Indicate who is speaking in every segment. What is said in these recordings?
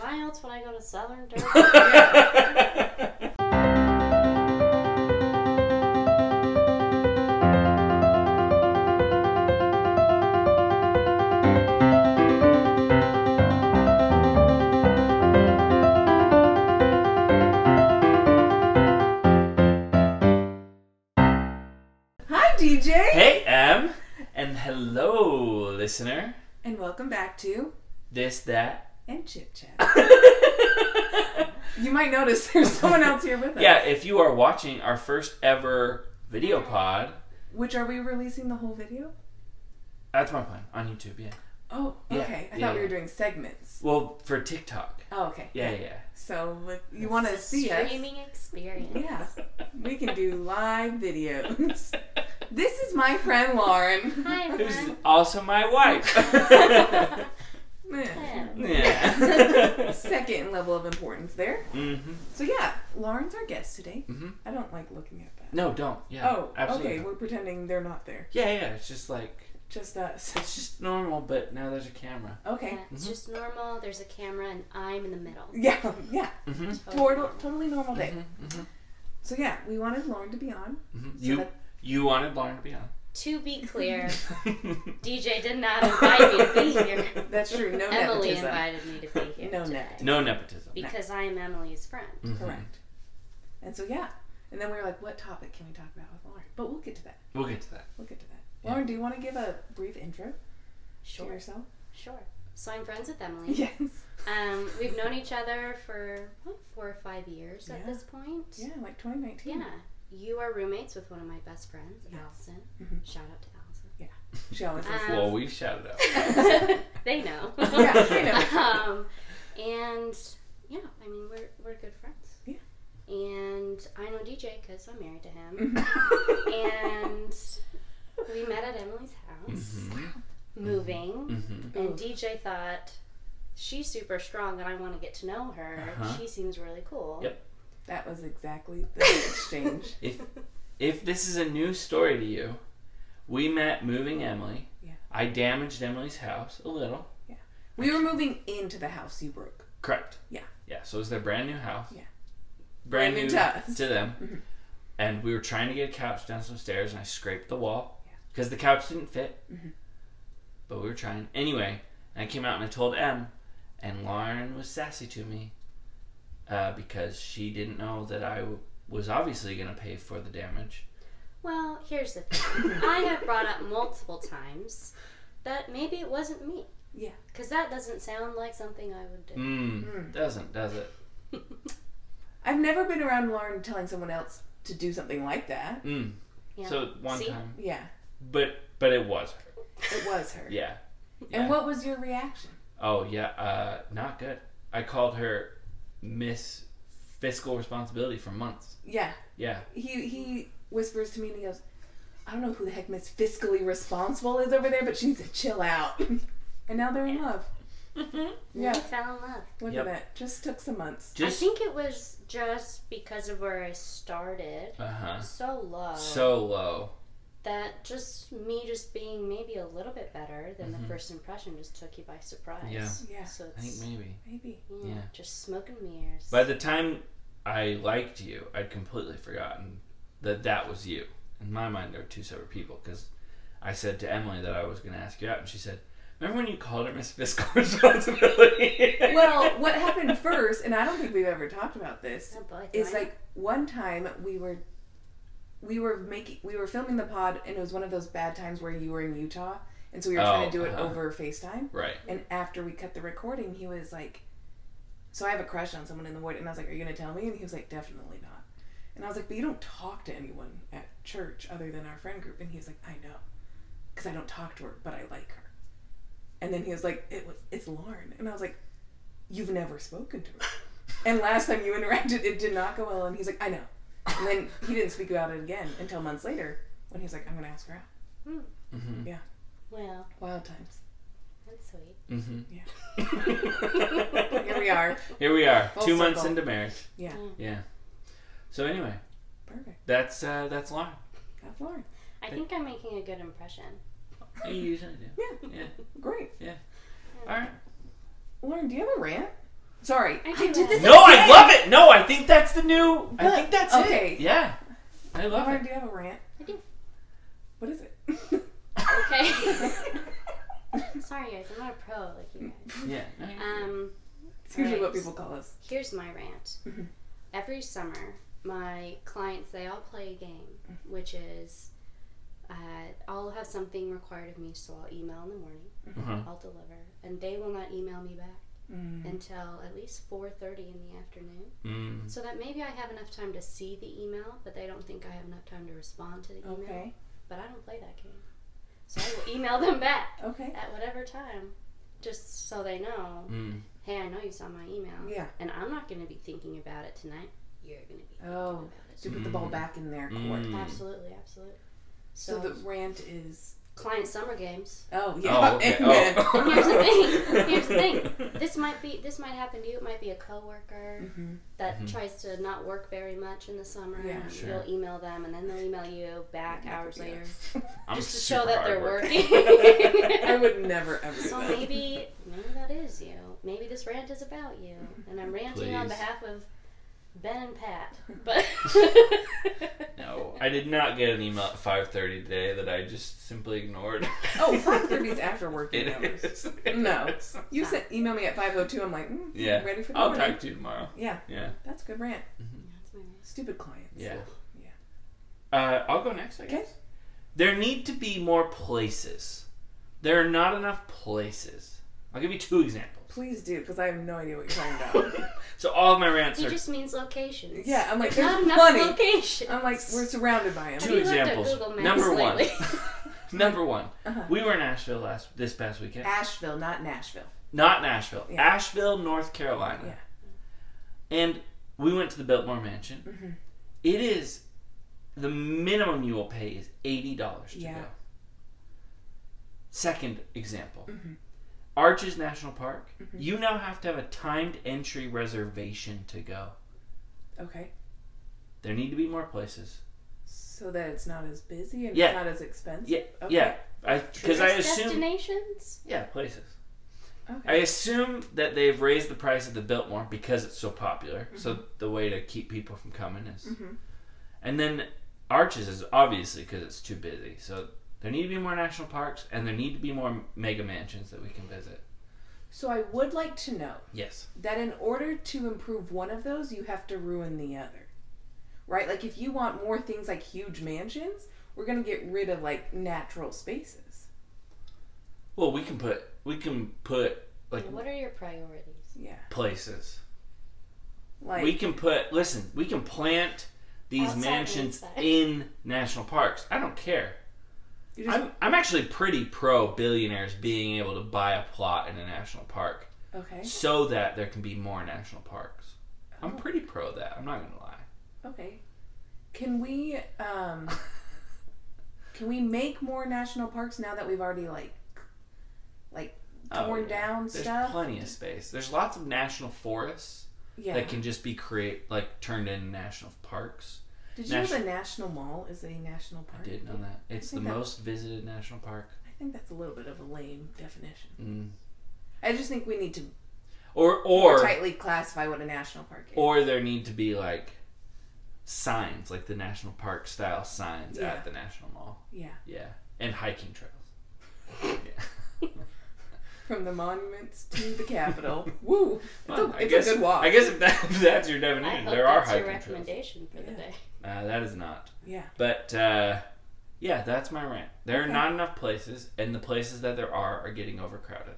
Speaker 1: IELTS when I go to Southern Derby.
Speaker 2: Hi, DJ!
Speaker 3: hey, Em, and hello, listener.
Speaker 2: And welcome back to
Speaker 3: This, that.
Speaker 2: And Chit Chat. You might notice there's someone else here with us.
Speaker 3: yeah, if you are watching our first ever video pod,
Speaker 2: Which are we releasing the whole video?
Speaker 3: that's my plan on YouTube, yeah.
Speaker 2: Oh,
Speaker 3: Yeah,
Speaker 2: okay. I
Speaker 3: yeah,
Speaker 2: thought we were
Speaker 3: yeah.
Speaker 2: doing segments.
Speaker 3: Well, for TikTok.
Speaker 2: Oh, okay.
Speaker 3: Yeah, yeah.
Speaker 2: So if you want to see us?
Speaker 1: Streaming experience.
Speaker 2: Yeah, we can do live videos. This is my friend Lauren.
Speaker 1: Hi,
Speaker 3: Who's
Speaker 1: everyone.
Speaker 3: also my wife.
Speaker 2: Eh,
Speaker 3: yeah.
Speaker 2: Second level of importance there.
Speaker 3: mm-hmm.
Speaker 2: So yeah, Lauren's our guest today.
Speaker 3: Mhm.
Speaker 2: I don't like looking at that.
Speaker 3: No, don't. Yeah.
Speaker 2: oh,
Speaker 3: absolutely
Speaker 2: okay.
Speaker 3: not.
Speaker 2: We're pretending they're not there.
Speaker 3: Yeah, yeah. It's just like
Speaker 2: Just us.
Speaker 3: it's just normal, but now there's a camera.
Speaker 2: Okay. Mm-hmm.
Speaker 1: Yeah, it's just normal. There's a camera, and I'm in the middle.
Speaker 2: Yeah, yeah.
Speaker 3: Mm-hmm.
Speaker 2: Total, totally normal day.
Speaker 3: mm-hmm.
Speaker 2: So yeah, we wanted Lauren to be on.
Speaker 3: You
Speaker 2: that-
Speaker 3: you wanted Lauren to be on.
Speaker 1: To be clear, DJ did not invite me to be here.
Speaker 2: That's true. No
Speaker 1: Emily
Speaker 2: nepotism.
Speaker 1: invited me to be here.
Speaker 2: No
Speaker 1: today
Speaker 2: nepotism.
Speaker 3: no nepotism.
Speaker 1: Because I am Emily's friend.
Speaker 3: Mhm.
Speaker 2: Correct. And so yeah, and then we were like, what topic can we talk about with Lauren? But we'll get to that.
Speaker 3: We'll get to that.
Speaker 2: We'll get to that. Lauren, do you want to give a brief intro to
Speaker 1: Sure,
Speaker 2: yourself?
Speaker 1: sure. So I'm friends with Emily.
Speaker 2: Yes.
Speaker 1: Um, we've known each other for what, four or five years at
Speaker 2: Yeah.
Speaker 1: this point.
Speaker 2: Yeah, like 2019.
Speaker 1: Yeah. You are roommates with one of my best friends,
Speaker 2: Yeah.
Speaker 1: Allison.
Speaker 2: Mhm.
Speaker 1: Shout out to Allison.
Speaker 2: She always
Speaker 1: Uh, Um,
Speaker 3: well, we shouted out.
Speaker 1: they know.
Speaker 2: Yeah, they know.
Speaker 1: um, and yeah, I mean we're we're good friends.
Speaker 2: Yeah.
Speaker 1: And I know DJ because I'm married to him,
Speaker 2: Mhm.
Speaker 1: and we met at Emily's house, moving,
Speaker 3: Mm-hmm.
Speaker 1: and
Speaker 2: Ooh.
Speaker 1: DJ thought she's super strong and I want to get to know her.
Speaker 3: Uh-huh.
Speaker 1: She seems really cool.
Speaker 3: Yep.
Speaker 2: that was exactly the exchange.
Speaker 3: If if this is a new story to you, we met moving Emily.
Speaker 2: Yeah.
Speaker 3: I damaged Emily's house a little.
Speaker 2: We were moving into the house you broke.
Speaker 3: Correct.
Speaker 2: Yeah.
Speaker 3: Yeah. So it was their brand new house.
Speaker 2: Yeah.
Speaker 3: Brand,
Speaker 2: Brand new
Speaker 3: new
Speaker 2: to us.
Speaker 3: to them.
Speaker 2: Mhm.
Speaker 3: And we were trying to get a couch down some stairs, and I scraped the wall
Speaker 2: Yeah.
Speaker 3: because the couch didn't fit.
Speaker 2: Mhm.
Speaker 3: But we were trying anyway. And I came out and I told Em, and Lauren was sassy to me uh, because she didn't know that I w- was obviously going to pay for the damage.
Speaker 1: Well, here's the thing. I have brought up multiple times that maybe it wasn't me.
Speaker 2: Yeah.
Speaker 1: Because that doesn't sound like something I would do.
Speaker 3: Mm,
Speaker 2: Mm.
Speaker 3: Doesn't does it? Mm.
Speaker 2: I've never been around Lauren telling someone else to do something like that.
Speaker 3: Mm.
Speaker 1: Yeah.
Speaker 3: So one
Speaker 1: See?
Speaker 3: time,
Speaker 2: Yeah,
Speaker 3: but but it was her.
Speaker 2: it was her.
Speaker 3: Yeah.
Speaker 2: And
Speaker 3: Yeah.
Speaker 2: what was your reaction?
Speaker 3: Oh yeah. Uh, not good. I called her Miss Fiscal Responsibility for months.
Speaker 2: Yeah,
Speaker 3: Yeah.
Speaker 2: he he whispers to me and he goes, "I don't know who the heck Miss Fiscally Responsible is over there, but she needs to chill out." and now they're in love.
Speaker 1: Yeah.
Speaker 2: Yeah,
Speaker 1: fell in love.
Speaker 2: look
Speaker 3: Yep.
Speaker 2: at that. Just took some months.
Speaker 1: I
Speaker 3: Just
Speaker 1: think it was just because of where I started.
Speaker 3: uh huh.
Speaker 1: So low.
Speaker 3: So low.
Speaker 1: that just me just being maybe a little bit better than the first impression just took you by surprise.
Speaker 3: Mm-hmm. Yeah.
Speaker 2: Yeah,
Speaker 1: So
Speaker 3: I think
Speaker 1: it's
Speaker 3: maybe.
Speaker 2: maybe.
Speaker 1: yeah,
Speaker 3: yeah.
Speaker 1: just smoke and mirrors.
Speaker 3: By the time I liked you, I'd completely forgotten that that was you. In my mind, there were two separate people because I said to Emily that I was going to ask you out, and she said, "Remember when you called her Miss Fiscal Responsibility?"
Speaker 2: Well, what happened first, and I don't think we've ever talked about this,
Speaker 1: oh boy,
Speaker 2: is
Speaker 1: do I-
Speaker 2: like one time we were we were making we were filming the pod and it was one of those bad times where you were in Utah and so we were trying
Speaker 3: Oh,
Speaker 2: to do it
Speaker 3: uh-huh.
Speaker 2: over FaceTime
Speaker 3: right.
Speaker 2: and after we cut the recording he was like so I have a crush on someone in the ward and I was like are you going to tell me and he was like definitely not and I was like but you don't talk to anyone at church other than our friend group and he was like I know cuz I don't talk to her but I like her and then he was like it was it's Lauren and I was like you've never spoken to her and last time you interacted, it did not go well. And he's like, I know. And then he didn't speak about it again until months later when he's like, I'm going to ask her out.
Speaker 3: Mm-hmm.
Speaker 1: well,
Speaker 2: Wild times.
Speaker 1: that's sweet.
Speaker 3: Mm-hmm.
Speaker 2: Yeah.
Speaker 3: Yeah.
Speaker 2: Here we are.
Speaker 3: Here we are,
Speaker 2: Full
Speaker 3: two months
Speaker 2: circle.
Speaker 3: into marriage.
Speaker 2: Yeah.
Speaker 1: Mm.
Speaker 3: Yeah. So anyway,
Speaker 2: Perfect.
Speaker 3: that's uh, that's Lauren.
Speaker 2: That's Lauren.
Speaker 1: I think I'm making a good impression.
Speaker 3: You usually do.
Speaker 2: Yeah.
Speaker 3: Yeah.
Speaker 2: Great.
Speaker 3: All right.
Speaker 2: Lauren, do you have a rant? Sorry,
Speaker 1: I
Speaker 2: I,
Speaker 1: do
Speaker 2: did
Speaker 1: that.
Speaker 2: this.
Speaker 3: No, I love it. No, I think that's the new. I
Speaker 2: But-
Speaker 3: think that's
Speaker 2: okay.
Speaker 3: it. Yeah, I love
Speaker 2: Lauren,
Speaker 3: it.
Speaker 2: do you have a rant?
Speaker 1: I do.
Speaker 2: What is it?
Speaker 1: Okay. Sorry, guys. I'm not a pro like you guys.
Speaker 3: Yeah. no, you-
Speaker 1: Um,
Speaker 2: It's usually what
Speaker 1: Right.
Speaker 2: people call us.
Speaker 1: here's my rant.
Speaker 2: Mhm.
Speaker 1: Every summer, my clients they all play a game, which is uh, I'll have something required of me, so I'll email in the morning.
Speaker 3: uh-huh.
Speaker 1: I'll deliver, and they will not email me back
Speaker 2: Mm.
Speaker 1: until at least four thirty in the afternoon.
Speaker 3: Mm.
Speaker 1: So that maybe I have enough time to see the email, but they don't think I have enough time to respond to the email.
Speaker 2: Okay.
Speaker 1: But I don't play that game, so I will email them back
Speaker 2: Okay.
Speaker 1: at whatever time, just so they know.
Speaker 3: Mm.
Speaker 1: Hey, I know you saw my email.
Speaker 2: Yeah.
Speaker 1: And I'm not going to be thinking about it tonight. You're going to be thinking
Speaker 2: Oh.
Speaker 1: about it.
Speaker 2: So you put the ball back in their court.
Speaker 3: Mm.
Speaker 1: Absolutely, absolutely.
Speaker 2: So
Speaker 1: So,
Speaker 2: the rant is.
Speaker 1: client summer games.
Speaker 2: Oh yeah.
Speaker 3: Oh, okay.
Speaker 2: Amen.
Speaker 3: Oh.
Speaker 1: Here's the thing. Here's the thing. This might be this might happen to you. It might be a coworker
Speaker 2: Mhm.
Speaker 1: that
Speaker 3: Mhm.
Speaker 1: tries to not work very much in the summer.
Speaker 2: Yeah.
Speaker 1: and
Speaker 3: Sure.
Speaker 1: You'll email them and then they'll email you back hours later
Speaker 3: I'm
Speaker 1: just to
Speaker 3: super
Speaker 1: show that they're
Speaker 3: hard worker.
Speaker 1: working.
Speaker 2: I would never ever. do
Speaker 1: So
Speaker 2: that.
Speaker 1: maybe maybe that is you. Maybe this rant is about you, and I'm ranting on
Speaker 3: Please.
Speaker 1: behalf of Ben and Pat. But
Speaker 3: No, I did not get an email at 5:30 today that I just simply ignored.
Speaker 2: Oh, 5:30 is after working
Speaker 3: It
Speaker 2: hours.
Speaker 3: is.
Speaker 2: No.
Speaker 3: It is.
Speaker 2: You sent email me at 5:02. I'm like, mm,
Speaker 3: Yeah.
Speaker 2: ready for the
Speaker 3: I'll
Speaker 2: morning.
Speaker 3: talk to you tomorrow.
Speaker 2: Yeah,
Speaker 3: Yeah.
Speaker 2: that's a good rant.
Speaker 1: That's my rant.
Speaker 2: Stupid clients.
Speaker 3: Yeah.
Speaker 2: Yeah.
Speaker 3: Uh, I'll go next, I
Speaker 2: Okay.
Speaker 3: guess. There need to be more places. There are not enough places. I'll give you two examples.
Speaker 2: Please do, because I have no idea what you're talking about.
Speaker 3: So all of my rants
Speaker 1: He
Speaker 3: are
Speaker 1: just means locations.
Speaker 2: yeah, I'm like,
Speaker 1: There's not
Speaker 2: there's
Speaker 1: enough
Speaker 2: plenty.
Speaker 1: locations.
Speaker 2: I'm like, we're surrounded by them.
Speaker 1: Have
Speaker 3: two
Speaker 1: you looked at
Speaker 3: examples.
Speaker 1: Google Maps
Speaker 3: Number one.
Speaker 1: lately?
Speaker 3: Number one.
Speaker 2: Uh-huh.
Speaker 3: We were in Asheville last this past weekend.
Speaker 2: Asheville, not Nashville.
Speaker 3: Not Nashville.
Speaker 2: Yeah.
Speaker 3: Asheville, North Carolina. And we went to the Biltmore Mansion.
Speaker 2: Mhm.
Speaker 3: It is the minimum you will pay is eighty dollars to
Speaker 2: Yeah.
Speaker 3: go. Second example,
Speaker 2: Mhm.
Speaker 3: Arches National Park.
Speaker 2: Mm-hmm.
Speaker 3: You now have to have a timed entry reservation to go.
Speaker 2: Okay.
Speaker 3: There need to be more places.
Speaker 2: So that it's not as busy and
Speaker 3: Yeah.
Speaker 2: it's not as expensive.
Speaker 3: Yeah,
Speaker 2: Okay.
Speaker 3: yeah. I because I
Speaker 1: Tourist
Speaker 3: assume
Speaker 1: destinations.
Speaker 3: yeah places. I
Speaker 2: Okay.
Speaker 3: assume that they've raised the price of the Biltmore because it's so popular.
Speaker 1: Mm-hmm.
Speaker 3: So the way to keep people from coming is,
Speaker 2: Mhm.
Speaker 3: and then Arches is obviously because it's too busy. So there need to be more national parks, and there need to be more mega mansions that we can visit.
Speaker 2: So I would like to know
Speaker 3: Yes.
Speaker 2: that in order to improve one of those, you have to ruin the other. Right? Like if you want more things like huge mansions, we're gonna get rid of like natural spaces.
Speaker 3: Well, we can put we can put like
Speaker 1: What are your priorities?
Speaker 2: Yeah.
Speaker 3: places.
Speaker 2: Like
Speaker 3: we can put listen. We can plant these
Speaker 1: Outside and
Speaker 3: mansions
Speaker 1: inside.
Speaker 3: in national parks. I don't care.
Speaker 2: you just,
Speaker 3: I'm, I'm actually pretty pro billionaires being able to buy a plot in a national park.
Speaker 2: okay.
Speaker 3: so that there can be more national parks. I'm
Speaker 2: Oh.
Speaker 3: pretty pro that. I'm not gonna lie.
Speaker 2: Okay. Can we um can we make more national parks now that we've already like like torn
Speaker 3: Oh, yeah.
Speaker 2: down
Speaker 3: There's
Speaker 2: stuff?
Speaker 3: plenty of space. There's lots of national forests
Speaker 2: yeah.
Speaker 3: that can just be create like turned into national parks.
Speaker 2: Did you know the National Mall is a national park?
Speaker 3: I did know that. It's the
Speaker 2: think that-
Speaker 3: most visited national park.
Speaker 2: I think that's a little bit of a lame definition.
Speaker 3: Mm.
Speaker 2: I just think we need to
Speaker 3: Or or
Speaker 2: tightly classify what a national park is.
Speaker 3: or there need to be like signs, like the national park style signs
Speaker 2: Yeah.
Speaker 3: at the national mall.
Speaker 2: yeah.
Speaker 3: Yeah. And hiking trails. yeah.
Speaker 2: From the monuments to the Capitol. Woo! It's,
Speaker 3: Well,
Speaker 2: a,
Speaker 3: I
Speaker 2: it's
Speaker 3: guess-
Speaker 2: a good walk.
Speaker 3: I guess if, that, if that's your
Speaker 1: I
Speaker 3: definition,
Speaker 1: hope
Speaker 3: there are
Speaker 1: that's your
Speaker 3: hiking trails.
Speaker 1: recommendation for the
Speaker 2: Yeah.
Speaker 1: day.
Speaker 3: Uh, that is not.
Speaker 2: Yeah.
Speaker 3: But uh, yeah, that's my rant. There are
Speaker 2: Okay.
Speaker 3: not enough places, and the places that there are are getting overcrowded.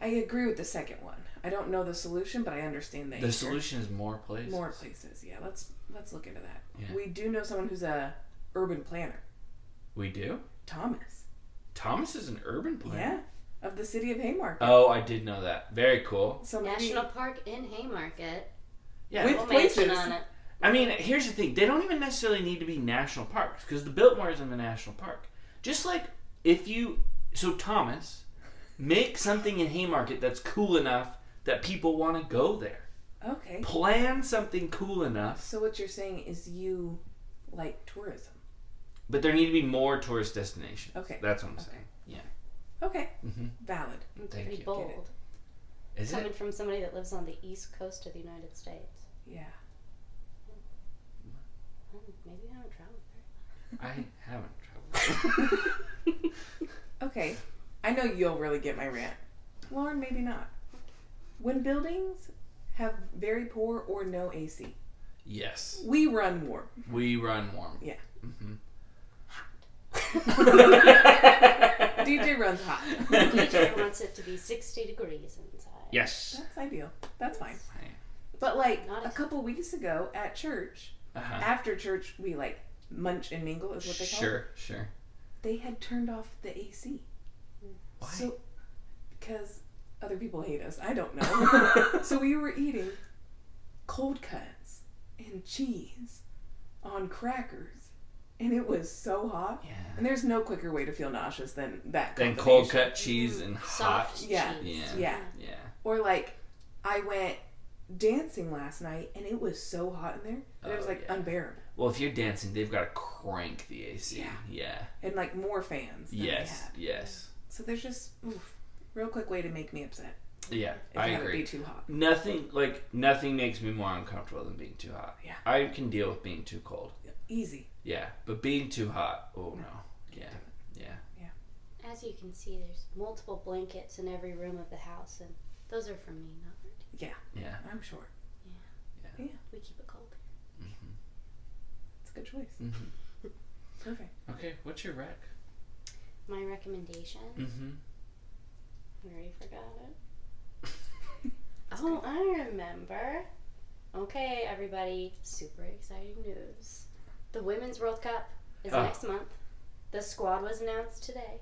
Speaker 2: I agree with the second one. I don't know the solution, but I understand
Speaker 3: The
Speaker 2: the anger.
Speaker 3: solution is more places.
Speaker 2: More places. Yeah. Let's let's look into that.
Speaker 3: Yeah.
Speaker 2: We do know someone who's a urban planner,
Speaker 3: We do.
Speaker 2: Thomas.
Speaker 3: Thomas is an urban planner.
Speaker 2: Yeah. Of the city of Haymarket.
Speaker 3: Oh, I did know that. Very cool.
Speaker 2: so maybe-
Speaker 1: National Park in Haymarket.
Speaker 3: Yeah.
Speaker 2: With-
Speaker 1: We'll mention
Speaker 2: places.
Speaker 1: on it.
Speaker 3: I mean, here's the thing: they don't even necessarily need to be national parks because the Biltmore is in the national park. Just like if you, so Thomas, make something in Haymarket that's cool enough that people want to go there.
Speaker 2: Okay.
Speaker 3: Plan something cool enough
Speaker 2: So what you're saying is you like tourism.
Speaker 3: But there need to be more tourist destinations.
Speaker 2: Okay.
Speaker 3: That's what I'm
Speaker 2: Okay.
Speaker 3: saying.
Speaker 2: Okay.
Speaker 3: Mhm.
Speaker 2: Valid.
Speaker 3: Thank
Speaker 1: Pretty
Speaker 3: you.
Speaker 1: bold.
Speaker 3: Is Is
Speaker 1: coming
Speaker 3: it?
Speaker 1: from somebody that lives on the east coast of the United States.
Speaker 2: Yeah.
Speaker 1: Hmm, maybe I haven't traveled
Speaker 3: I haven't traveled.
Speaker 1: very much.
Speaker 2: Okay. I know you'll really get my rant. Lauren, maybe not. When buildings have very poor or no AC,
Speaker 3: Yes,
Speaker 2: we run warm.
Speaker 3: we run warm.
Speaker 2: Yeah.
Speaker 3: hmm
Speaker 2: DJ runs hot.
Speaker 1: DJ wants it to be 60 degrees inside.
Speaker 3: yes.
Speaker 2: That's ideal. That's fine.
Speaker 3: Hey.
Speaker 2: But like
Speaker 1: Not
Speaker 2: a
Speaker 1: as-
Speaker 2: couple weeks ago at church,
Speaker 3: Uh-huh.
Speaker 2: after church, we like munch and mingle is what they call it.
Speaker 3: Sure, sure.
Speaker 2: They had turned off the AC.
Speaker 3: Why?
Speaker 2: So, because other people hate us. I don't know. so we were eating cold cuts and cheese on crackers, and it was so hot.
Speaker 3: yeah.
Speaker 2: And there's no quicker way to feel nauseous than that.
Speaker 3: Then cold
Speaker 2: combination.
Speaker 3: cut cheese and hot.
Speaker 1: Mm-hmm. Soft
Speaker 2: Yeah.
Speaker 1: cheese.
Speaker 3: Yeah.
Speaker 2: Yeah.
Speaker 3: Yeah.
Speaker 2: Or like, I went dancing last night, and it was so hot in there that it was
Speaker 3: Oh,
Speaker 2: like
Speaker 3: yeah.
Speaker 2: unbearable.
Speaker 3: Well, if you're dancing, they've got to crank the AC.
Speaker 2: Yeah.
Speaker 3: Yeah.
Speaker 2: And like more fans. Than They
Speaker 3: Yes.
Speaker 2: had.
Speaker 3: Yes.
Speaker 2: So there's just oof, real quick way to make me upset.
Speaker 3: Yeah.
Speaker 2: Is
Speaker 3: I
Speaker 2: have it
Speaker 3: agree.
Speaker 2: be too hot.
Speaker 3: Nothing like nothing makes me more uncomfortable than being too hot.
Speaker 2: Yeah.
Speaker 3: I can deal with being too cold.
Speaker 2: Easy.
Speaker 3: Yeah, but being too hot. Oh no. Yeah.
Speaker 1: As you can see, there's multiple blankets in every room of the house, and those are for me, not for you.
Speaker 3: Yeah.
Speaker 2: I'm sure.
Speaker 1: We keep it cold.
Speaker 3: hmm
Speaker 2: It's a good choice.
Speaker 3: hmm
Speaker 2: Perfect.
Speaker 3: Okay. What's your rec?
Speaker 1: My recommendation,
Speaker 3: Mm-hmm.
Speaker 1: we already forgot it. oh, I remember. Okay, everybody, super exciting news. The Women's World Cup is
Speaker 3: Oh.
Speaker 1: next month. The squad was announced today,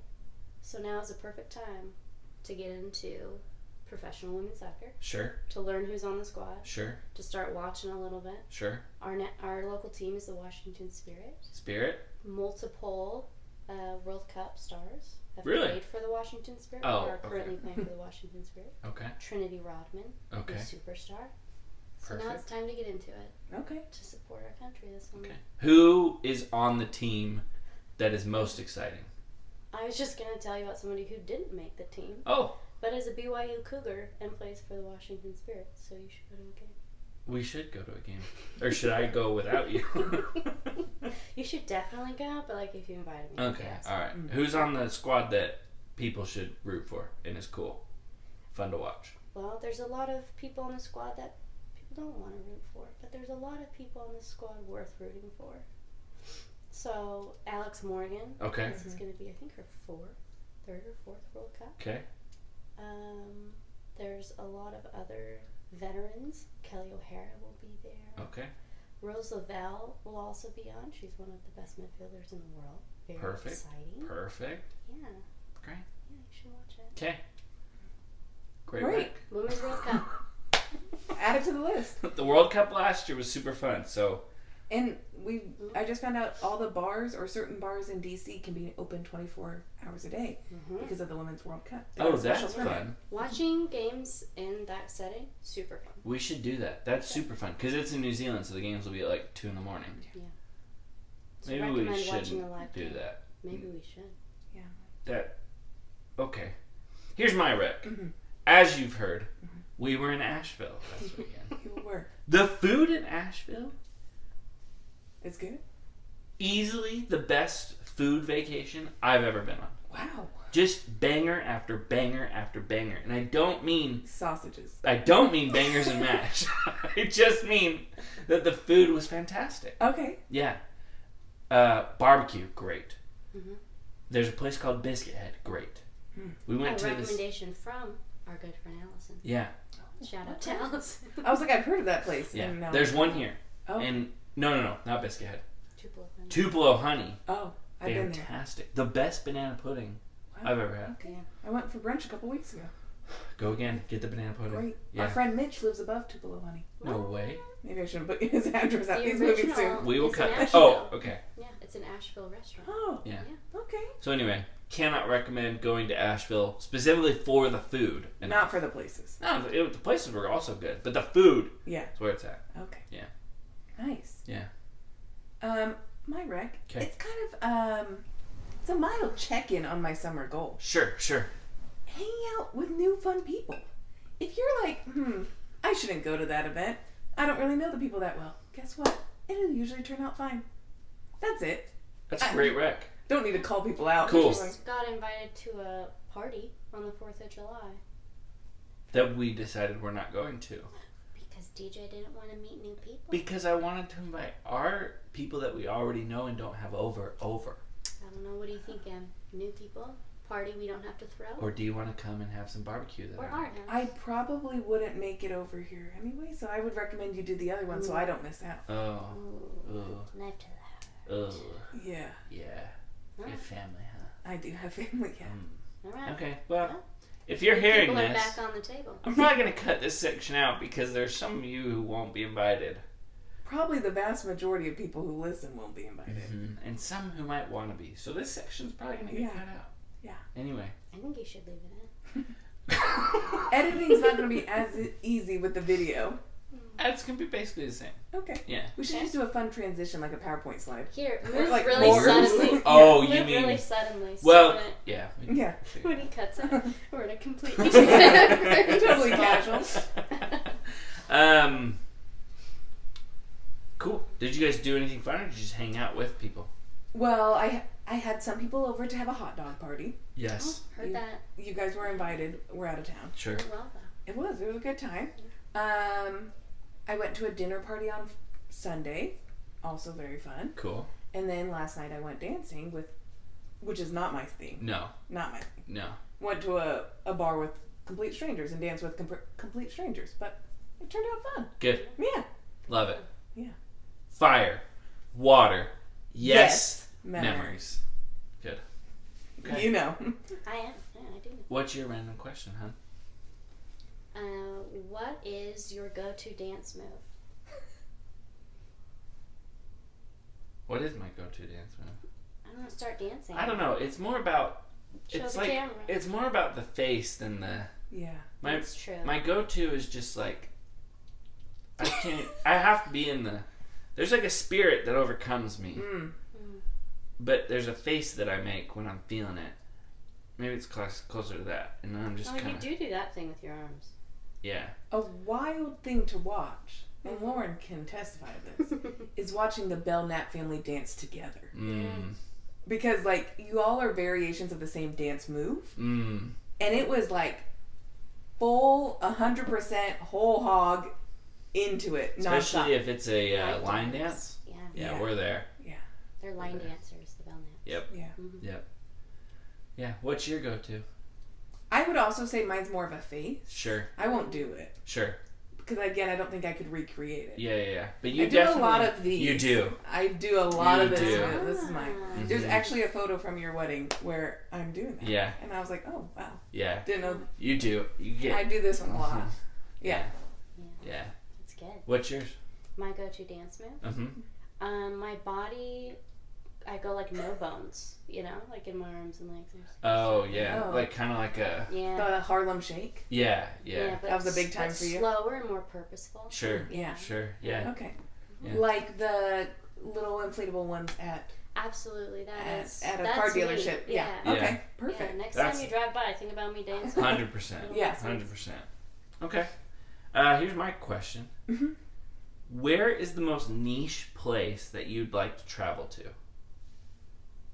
Speaker 1: so now is the perfect time to get into professional women's soccer,
Speaker 3: Sure.
Speaker 1: to learn who's on the squad,
Speaker 3: Sure.
Speaker 1: to start watching a little bit.
Speaker 3: Sure.
Speaker 1: Our, ne- our local team is the Washington Spirit.
Speaker 3: Spirit.
Speaker 1: Multiple uh, World Cup stars have
Speaker 3: Really?
Speaker 1: played for the Washington Spirit
Speaker 3: Oh,
Speaker 1: or are
Speaker 3: okay.
Speaker 1: currently playing for the Washington Spirit.
Speaker 3: Okay.
Speaker 1: Trinity Rodman,
Speaker 3: Okay.
Speaker 1: a superstar. So now it's time to get into it
Speaker 2: Okay.
Speaker 1: to support our country this summer.
Speaker 3: Okay. Who is on the team that is most exciting?
Speaker 1: I was just going to tell you about somebody who didn't make the team,
Speaker 3: Oh,
Speaker 1: but is a BYU Cougar and plays for the Washington Spirit, so you should go to a game.
Speaker 3: we should go to a game. Or should I go without you?
Speaker 1: You should definitely go, but like if you invited me.
Speaker 3: okay.
Speaker 1: yes.
Speaker 3: All right. Who's on the squad that people should root for and is cool? Fun to watch.
Speaker 1: Well, there's a lot of people on the squad that people don't want to root for, but there's a lot of people on this squad worth rooting for. So Alex Morgan,
Speaker 3: Okay.
Speaker 1: this is going to be I think her fourth, third or fourth World Cup.
Speaker 3: Okay.
Speaker 1: Um, there's a lot of other veterans. Kelly O'Hara will be there.
Speaker 3: Okay.
Speaker 1: Rose Lavelle will also be on. She's one of the best midfielders in the world. Very
Speaker 3: Perfect.
Speaker 1: exciting.
Speaker 3: Perfect.
Speaker 1: yeah.
Speaker 3: Great.
Speaker 1: Yeah, you should watch it.
Speaker 3: Great.
Speaker 2: Great.
Speaker 3: Great.
Speaker 1: Women's World Cup.
Speaker 2: Add it to the list.
Speaker 3: The World Cup last year was super fun. So
Speaker 2: And we, I just found out all the bars or certain bars in DC can be open 24 hours a day
Speaker 1: hmm
Speaker 2: because of the Women's World Cup. They
Speaker 3: oh,
Speaker 2: have a special
Speaker 3: that's
Speaker 2: permit.
Speaker 3: fun.
Speaker 1: Watching games in that setting, super fun.
Speaker 3: We should do that. That's super fun because it's in New Zealand, so the games will be at like two in the morning.
Speaker 1: So
Speaker 3: Maybe
Speaker 1: recommend
Speaker 3: we
Speaker 1: watching
Speaker 3: shouldn't
Speaker 1: a live
Speaker 3: do
Speaker 1: game.
Speaker 3: that.
Speaker 1: Maybe we should.
Speaker 3: That okay. Here's my rec.
Speaker 2: Mhm.
Speaker 3: As you've heard, we were in Asheville last weekend.
Speaker 2: You were.
Speaker 3: the food in Asheville
Speaker 2: It's good.
Speaker 3: easily the best food vacation I've ever been on.
Speaker 2: Wow.
Speaker 3: Just banger after banger after banger, and I don't mean
Speaker 2: Sausages.
Speaker 3: I don't mean bangers and mash. I just mean that the food was fantastic.
Speaker 2: Okay.
Speaker 3: Yeah. Uh, barbecue, great.
Speaker 1: Mhm.
Speaker 3: There's a place called Biscuit Head, great.
Speaker 2: Hmm.
Speaker 3: We
Speaker 1: A
Speaker 3: went to this.
Speaker 1: recommendation from our good friend Allison.
Speaker 3: Yeah,
Speaker 1: Shout out to
Speaker 2: okay. Oh.
Speaker 1: Allison.
Speaker 2: I was like, I've heard of that place. um,
Speaker 3: yeah.
Speaker 2: And now-
Speaker 3: There's one here,
Speaker 2: Oh.
Speaker 3: and no, no, no, not Biscuit Head.
Speaker 1: Tupelo.
Speaker 3: Tupelo Honey,
Speaker 2: oh, I've been there.
Speaker 3: fantastic. The best banana pudding
Speaker 2: Wow.
Speaker 3: I've ever had.
Speaker 2: Okay. I went for brunch a couple weeks ago.
Speaker 3: Go again, get the banana pudding.
Speaker 2: Great.
Speaker 3: Yeah.
Speaker 2: Our friend Mitch lives above Tupelo, honey.
Speaker 3: No way.
Speaker 2: Maybe I shouldn't put his address out.
Speaker 1: The
Speaker 2: He's moving
Speaker 1: original-
Speaker 2: soon.
Speaker 3: We will
Speaker 1: It's
Speaker 3: cut.
Speaker 1: in
Speaker 3: that. Oh,
Speaker 1: Asheville.
Speaker 3: okay.
Speaker 1: Yeah, it's an Asheville restaurant.
Speaker 2: Oh.
Speaker 3: Yeah.
Speaker 2: Okay.
Speaker 3: So anyway, cannot recommend going to Asheville specifically for the food. And
Speaker 2: Not for the places.
Speaker 3: No, it, the places were also good, but the food
Speaker 2: Yeah.
Speaker 3: is where it's at.
Speaker 2: Okay.
Speaker 3: Yeah.
Speaker 2: Nice.
Speaker 3: Yeah.
Speaker 2: Um, my wreck.
Speaker 3: 'Kay.
Speaker 2: It's kind of um, it's a mild check-in on my summer goal:
Speaker 3: Sure, sure.
Speaker 2: hanging out with new fun people. if you're like, hmm, I shouldn't go to that event. I don't really know the people that well. Guess what? It'll usually turn out fine. That's it.
Speaker 3: That's a
Speaker 2: I-
Speaker 3: great rec.
Speaker 2: Don't need to call people out.
Speaker 3: Cool.
Speaker 2: Just like,
Speaker 1: Just got invited to a party on the 4th of July
Speaker 3: That we decided we're not going to.
Speaker 1: because DJ didn't want to meet new people.
Speaker 3: Because I wanted to invite our people that we already know and don't have over, over.
Speaker 1: I don't know. What are you thinking? New people? Party we don't have to throw?
Speaker 3: Or do you want to come and have some barbecue that
Speaker 1: Or
Speaker 3: I-
Speaker 1: our house?
Speaker 2: I probably wouldn't make it over here anyway, so I would recommend you do the other one so I don't miss out.
Speaker 3: Oh,
Speaker 1: Ooh,
Speaker 3: oh,
Speaker 1: knife to the heart.
Speaker 3: oh.
Speaker 2: Yeah,
Speaker 3: Yeah. Your family, huh?
Speaker 2: I do have family. Yeah.
Speaker 3: Mm.
Speaker 1: All right.
Speaker 3: Okay, well, if you're hearing
Speaker 1: people are
Speaker 3: this,
Speaker 1: back on the table.
Speaker 3: I'm probably going to cut this section out because there's some of you who won't be invited.
Speaker 2: Probably the vast majority of people who listen won't be invited.
Speaker 3: And some who might want to be. So this section's probably going to get
Speaker 2: Mm-hmm. Yeah.
Speaker 3: cut out.
Speaker 2: Yeah.
Speaker 3: Anyway.
Speaker 1: I think you should leave it in.
Speaker 2: Editing's not going to be as e-, easy with the video.
Speaker 3: It's going to be basically the same.
Speaker 2: Okay.
Speaker 3: Yeah.
Speaker 2: We should
Speaker 1: Okay.
Speaker 2: just do a fun transition, like a PowerPoint slide.
Speaker 1: Here,
Speaker 2: Or
Speaker 1: move
Speaker 2: like
Speaker 1: really
Speaker 2: more.
Speaker 1: suddenly.
Speaker 3: Oh,
Speaker 1: move
Speaker 3: you mean.
Speaker 1: really suddenly. so
Speaker 3: well,
Speaker 1: when it-
Speaker 3: yeah. we-
Speaker 2: Yeah.
Speaker 1: when he cuts it, we're in a completely different
Speaker 2: Totally
Speaker 1: spot.
Speaker 3: um, cool. Did you guys do anything fun, or did you just hang out with people?
Speaker 2: Well, I I had some people over to have a hot dog party.
Speaker 3: Yes,
Speaker 1: Oh, Heard that?
Speaker 2: You guys were invited. We're out of town.
Speaker 3: Oh. sure.
Speaker 1: Well, though.
Speaker 2: It was. It was a good time. Um, I went to a dinner party on Sunday, also very fun.
Speaker 3: Cool.
Speaker 2: And then last night I went dancing with, which is not my thing.
Speaker 3: No,
Speaker 2: Not my thing.
Speaker 3: no.
Speaker 2: Went to a, a bar with complete strangers and danced with com- complete strangers, but it turned out fun.
Speaker 3: Good.
Speaker 2: Yeah.
Speaker 3: Love it.
Speaker 2: Yeah.
Speaker 3: Fire, water. Yes.
Speaker 2: Memories.
Speaker 3: Memories. Good. Okay.
Speaker 2: You know.
Speaker 1: I am. Yeah, I do.
Speaker 3: What's your random question, huh?
Speaker 1: Uh, what is your go-to dance move?
Speaker 3: What is my go-to dance move?
Speaker 1: I don't know. Start dancing.
Speaker 3: I don't know. It's more about.
Speaker 1: Show
Speaker 3: it's
Speaker 1: the
Speaker 3: like
Speaker 1: camera.
Speaker 3: it's more about the face than the
Speaker 2: yeah.
Speaker 3: my
Speaker 1: That's true.
Speaker 3: My go-to is just like I can't. I have to be in the. There's like a spirit that overcomes me,
Speaker 2: Mm.
Speaker 3: but there's a face that I make when I'm feeling it. Maybe it's close, closer to that, and then I'm just
Speaker 1: oh,
Speaker 3: kind of
Speaker 1: you do do that thing with your arms.
Speaker 3: yeah.
Speaker 2: A wild thing to watch, and Lauren can testify to this, is watching the Belknap family dance together.
Speaker 3: Mm,
Speaker 2: Because, like, you all are variations of the same dance move.
Speaker 3: mm.
Speaker 2: and it was like full 100% whole hog into it
Speaker 3: Especially
Speaker 2: nonstop.
Speaker 3: if it's a uh,
Speaker 1: Line
Speaker 3: line
Speaker 1: dance.
Speaker 3: dance.
Speaker 1: Yeah,
Speaker 3: Yeah,
Speaker 2: Yeah.
Speaker 3: we're there.
Speaker 1: they're line
Speaker 3: Yeah.
Speaker 1: dancers, the Belknaps.
Speaker 3: Yep.
Speaker 2: Yeah.
Speaker 3: Yeah. What's your go-to?
Speaker 2: I would also say mine's more of a face.
Speaker 3: Sure.
Speaker 2: I won't do it
Speaker 3: Sure.
Speaker 2: because again, I don't think I could recreate it.
Speaker 3: Yeah, yeah. yeah. But you
Speaker 2: I do
Speaker 3: definitely
Speaker 2: a lot of these.
Speaker 3: You do.
Speaker 2: I do a lot
Speaker 3: You
Speaker 2: of this.
Speaker 3: do.
Speaker 2: one. This is mine.
Speaker 1: Ah.
Speaker 2: There's
Speaker 3: Mhm.
Speaker 2: actually a photo from your wedding where I'm doing that.
Speaker 3: Yeah.
Speaker 2: And I was like, oh wow,
Speaker 3: Yeah.
Speaker 2: didn't know.
Speaker 3: You do. You get.
Speaker 2: I do this one a lot.
Speaker 3: Mm-hmm.
Speaker 2: Yeah.
Speaker 3: Yeah.
Speaker 1: That's good.
Speaker 3: What's yours?
Speaker 1: My go-to dance move.
Speaker 3: Mm-hmm.
Speaker 1: Um, my body, I go like no bones. You know, like in my arms and legs. And
Speaker 3: Oh yeah,
Speaker 2: Oh.
Speaker 3: like kind of like a
Speaker 1: yeah.
Speaker 2: The Harlem Shake.
Speaker 3: yeah, yeah,
Speaker 1: but
Speaker 2: That was a
Speaker 1: s-
Speaker 2: big time
Speaker 1: but
Speaker 2: for you?
Speaker 1: Slower and more purposeful.
Speaker 3: Sure,
Speaker 2: Yeah.
Speaker 3: sure, yeah.
Speaker 2: Okay.
Speaker 3: Yeah.
Speaker 2: Like the little inflatable ones at
Speaker 1: Absolutely, that
Speaker 2: at,
Speaker 1: is
Speaker 2: at a
Speaker 1: that's
Speaker 2: car
Speaker 1: me.
Speaker 2: dealership. Yeah.
Speaker 1: yeah.
Speaker 3: Yeah.
Speaker 2: Okay. Perfect.
Speaker 1: Yeah, next
Speaker 3: That's-
Speaker 1: time you drive by, think about me dancing.
Speaker 3: Hundred percent,
Speaker 2: Yeah.
Speaker 3: hundred percent. Okay, uh, here's my question:
Speaker 2: Mhm.
Speaker 3: Where is the most niche place that you'd like to travel to?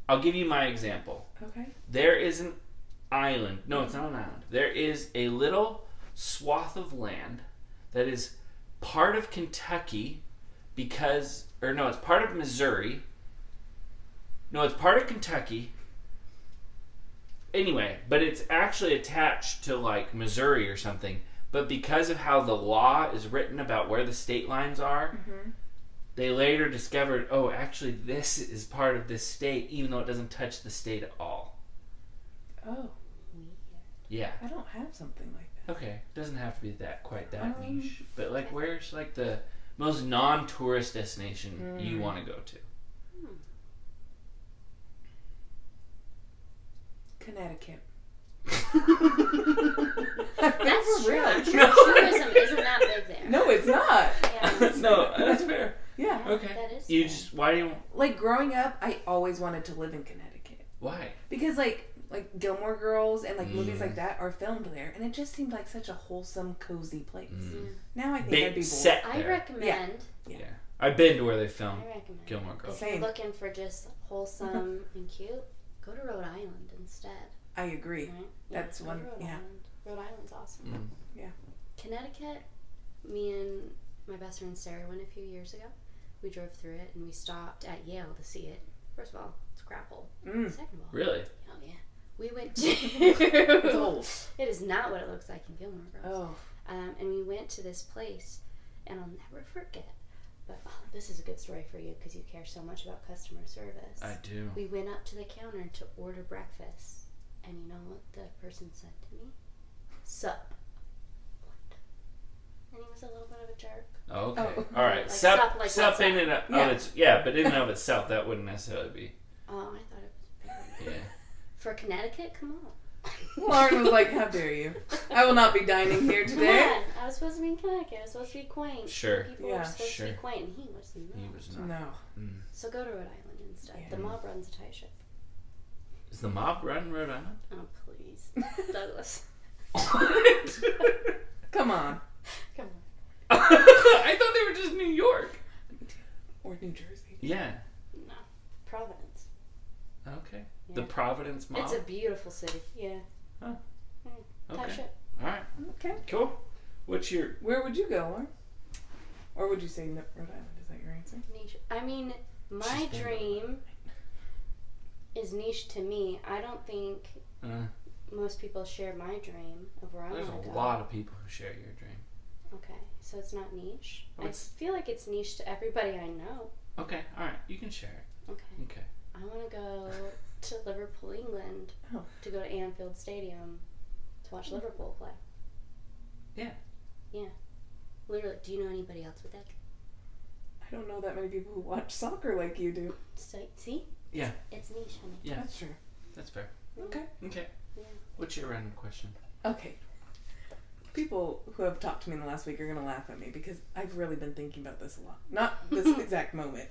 Speaker 3: I'll give you my example.
Speaker 2: Okay.
Speaker 3: There is an island. No, it's not an island. There is a little swath of land that is part of Kentucky because, or no, it's part of Missouri. No, it's part of Kentucky. Anyway, but it's actually attached to like Missouri or something. But because of how the law is written about where the state lines are,
Speaker 1: Mm-hmm.
Speaker 3: they later discovered oh, actually, this is part of this state, even though it doesn't touch the state at all.
Speaker 2: Oh,
Speaker 3: Yeah.
Speaker 2: I don't have something like that.
Speaker 3: Okay. Doesn't have to be that quite that
Speaker 2: Um,
Speaker 3: niche. But like where's like the most non tourist destination you
Speaker 2: Mm.
Speaker 3: want to go to?
Speaker 2: Connecticut.
Speaker 1: That's true.
Speaker 3: No.
Speaker 1: Tourism isn't that big there.
Speaker 2: No, it's not.
Speaker 1: Yeah.
Speaker 3: no, that's fair.
Speaker 2: Yeah.
Speaker 3: Okay.
Speaker 1: That is.
Speaker 3: You
Speaker 1: fair.
Speaker 3: just why do you
Speaker 2: Like growing up, I always wanted to live in Connecticut
Speaker 3: why?
Speaker 2: because like like Gilmore Girls and like movies
Speaker 3: Mm.
Speaker 2: like that are filmed there, and it just seemed like such a wholesome, cozy place.
Speaker 3: Mm.
Speaker 2: Now I think I'd be
Speaker 3: Big set
Speaker 1: I
Speaker 3: there.
Speaker 1: recommend.
Speaker 3: yeah. I've been to where they film
Speaker 1: I recommend.
Speaker 3: Gilmore
Speaker 1: If
Speaker 3: Girls.
Speaker 2: Same.
Speaker 1: you're looking for just wholesome and cute, go to Rhode Island instead.
Speaker 2: I agree.
Speaker 1: Right?
Speaker 2: That's
Speaker 1: go to
Speaker 2: one-
Speaker 1: Rhode
Speaker 2: yeah.
Speaker 1: Island. Rhode Island's awesome.
Speaker 3: Mm.
Speaker 1: Connecticut, me and my best friend Sarah went a few years ago. We drove through it and we stopped at Yale to see it. First of all, it's grapple.
Speaker 2: Mm.
Speaker 1: Second of all,
Speaker 3: Really?
Speaker 1: oh yeah. We went
Speaker 2: It's
Speaker 1: to.
Speaker 2: old.
Speaker 1: it is not what it looks like in Gilmore Girls.
Speaker 2: Oh,
Speaker 1: Um, and we went to this place, and I'll never forget. But oh, this is a good story for you because you care so much about customer service.
Speaker 3: I do.
Speaker 1: We went up to the counter to order breakfast, and you know what the person said to me? Sup. What? And he was a little bit of a jerk.
Speaker 3: Okay.
Speaker 2: Oh.
Speaker 3: All right.
Speaker 1: Like
Speaker 3: sup,
Speaker 1: sup, like
Speaker 3: sup
Speaker 1: what's
Speaker 3: in and of
Speaker 2: Yeah.
Speaker 3: of its yeah, but in and of itself, that wouldn't necessarily be
Speaker 1: Oh, I thought it was.
Speaker 3: yeah.
Speaker 1: For Connecticut, come on.
Speaker 2: Lauren was like, "How dare you? I will not be dining here
Speaker 1: Come
Speaker 2: today."
Speaker 1: on, I was supposed to be in Connecticut. I was supposed to be quaint.
Speaker 3: Sure.
Speaker 1: People
Speaker 2: Yeah.
Speaker 1: were supposed to
Speaker 3: Sure.
Speaker 1: be quaint, and he was not.
Speaker 3: He was not.
Speaker 2: No,
Speaker 3: Mm.
Speaker 1: So go to Rhode Island instead. The
Speaker 2: Yeah.
Speaker 1: mob runs a tight ship.
Speaker 3: Is the mob run Rhode Island?
Speaker 1: Oh, please. Douglas.
Speaker 2: come on,
Speaker 1: Come on.
Speaker 3: I thought they were just New York.
Speaker 2: or New Jersey.
Speaker 3: Yeah.
Speaker 1: No. Providence.
Speaker 3: Okay.
Speaker 1: Yeah.
Speaker 3: The Providence mob.
Speaker 1: It's a beautiful city. Yeah. Tight
Speaker 3: okay.
Speaker 1: ship.
Speaker 3: All right.
Speaker 2: Okay,
Speaker 3: Cool. What's your
Speaker 2: where would you go, Lauren? Or would you say no, Rhode Island? Is that your answer?
Speaker 1: Niche. I mean, my
Speaker 3: She's been
Speaker 1: dream is niche to me. I don't think
Speaker 3: uh,
Speaker 1: most people share my dream of where I
Speaker 3: There's
Speaker 1: want to
Speaker 3: a
Speaker 1: go.
Speaker 3: lot of people who share your dream.
Speaker 1: Okay, so it's not niche.
Speaker 3: Well, it's-
Speaker 1: I feel like it's niche to everybody I know.
Speaker 3: Okay. All right. You can share it.
Speaker 1: Okay,
Speaker 3: Okay.
Speaker 1: I want to go to Liverpool, England,
Speaker 2: Oh.
Speaker 1: to go to Anfield Stadium to watch Liverpool play.
Speaker 3: Hmm. Yeah.
Speaker 1: Yeah. Literally, do you know anybody else with that?
Speaker 2: I don't know that many people who watch soccer like you do.
Speaker 1: So, see?
Speaker 3: Yeah.
Speaker 1: It's niche, honey.
Speaker 3: Yeah.
Speaker 2: That's true.
Speaker 3: That's fair.
Speaker 2: Okay.
Speaker 3: Okay.
Speaker 1: Yeah.
Speaker 3: What's your random question?
Speaker 2: Okay. People who have talked to me in the last week are going to laugh at me because I've really been thinking about this a lot. Not this exact moment.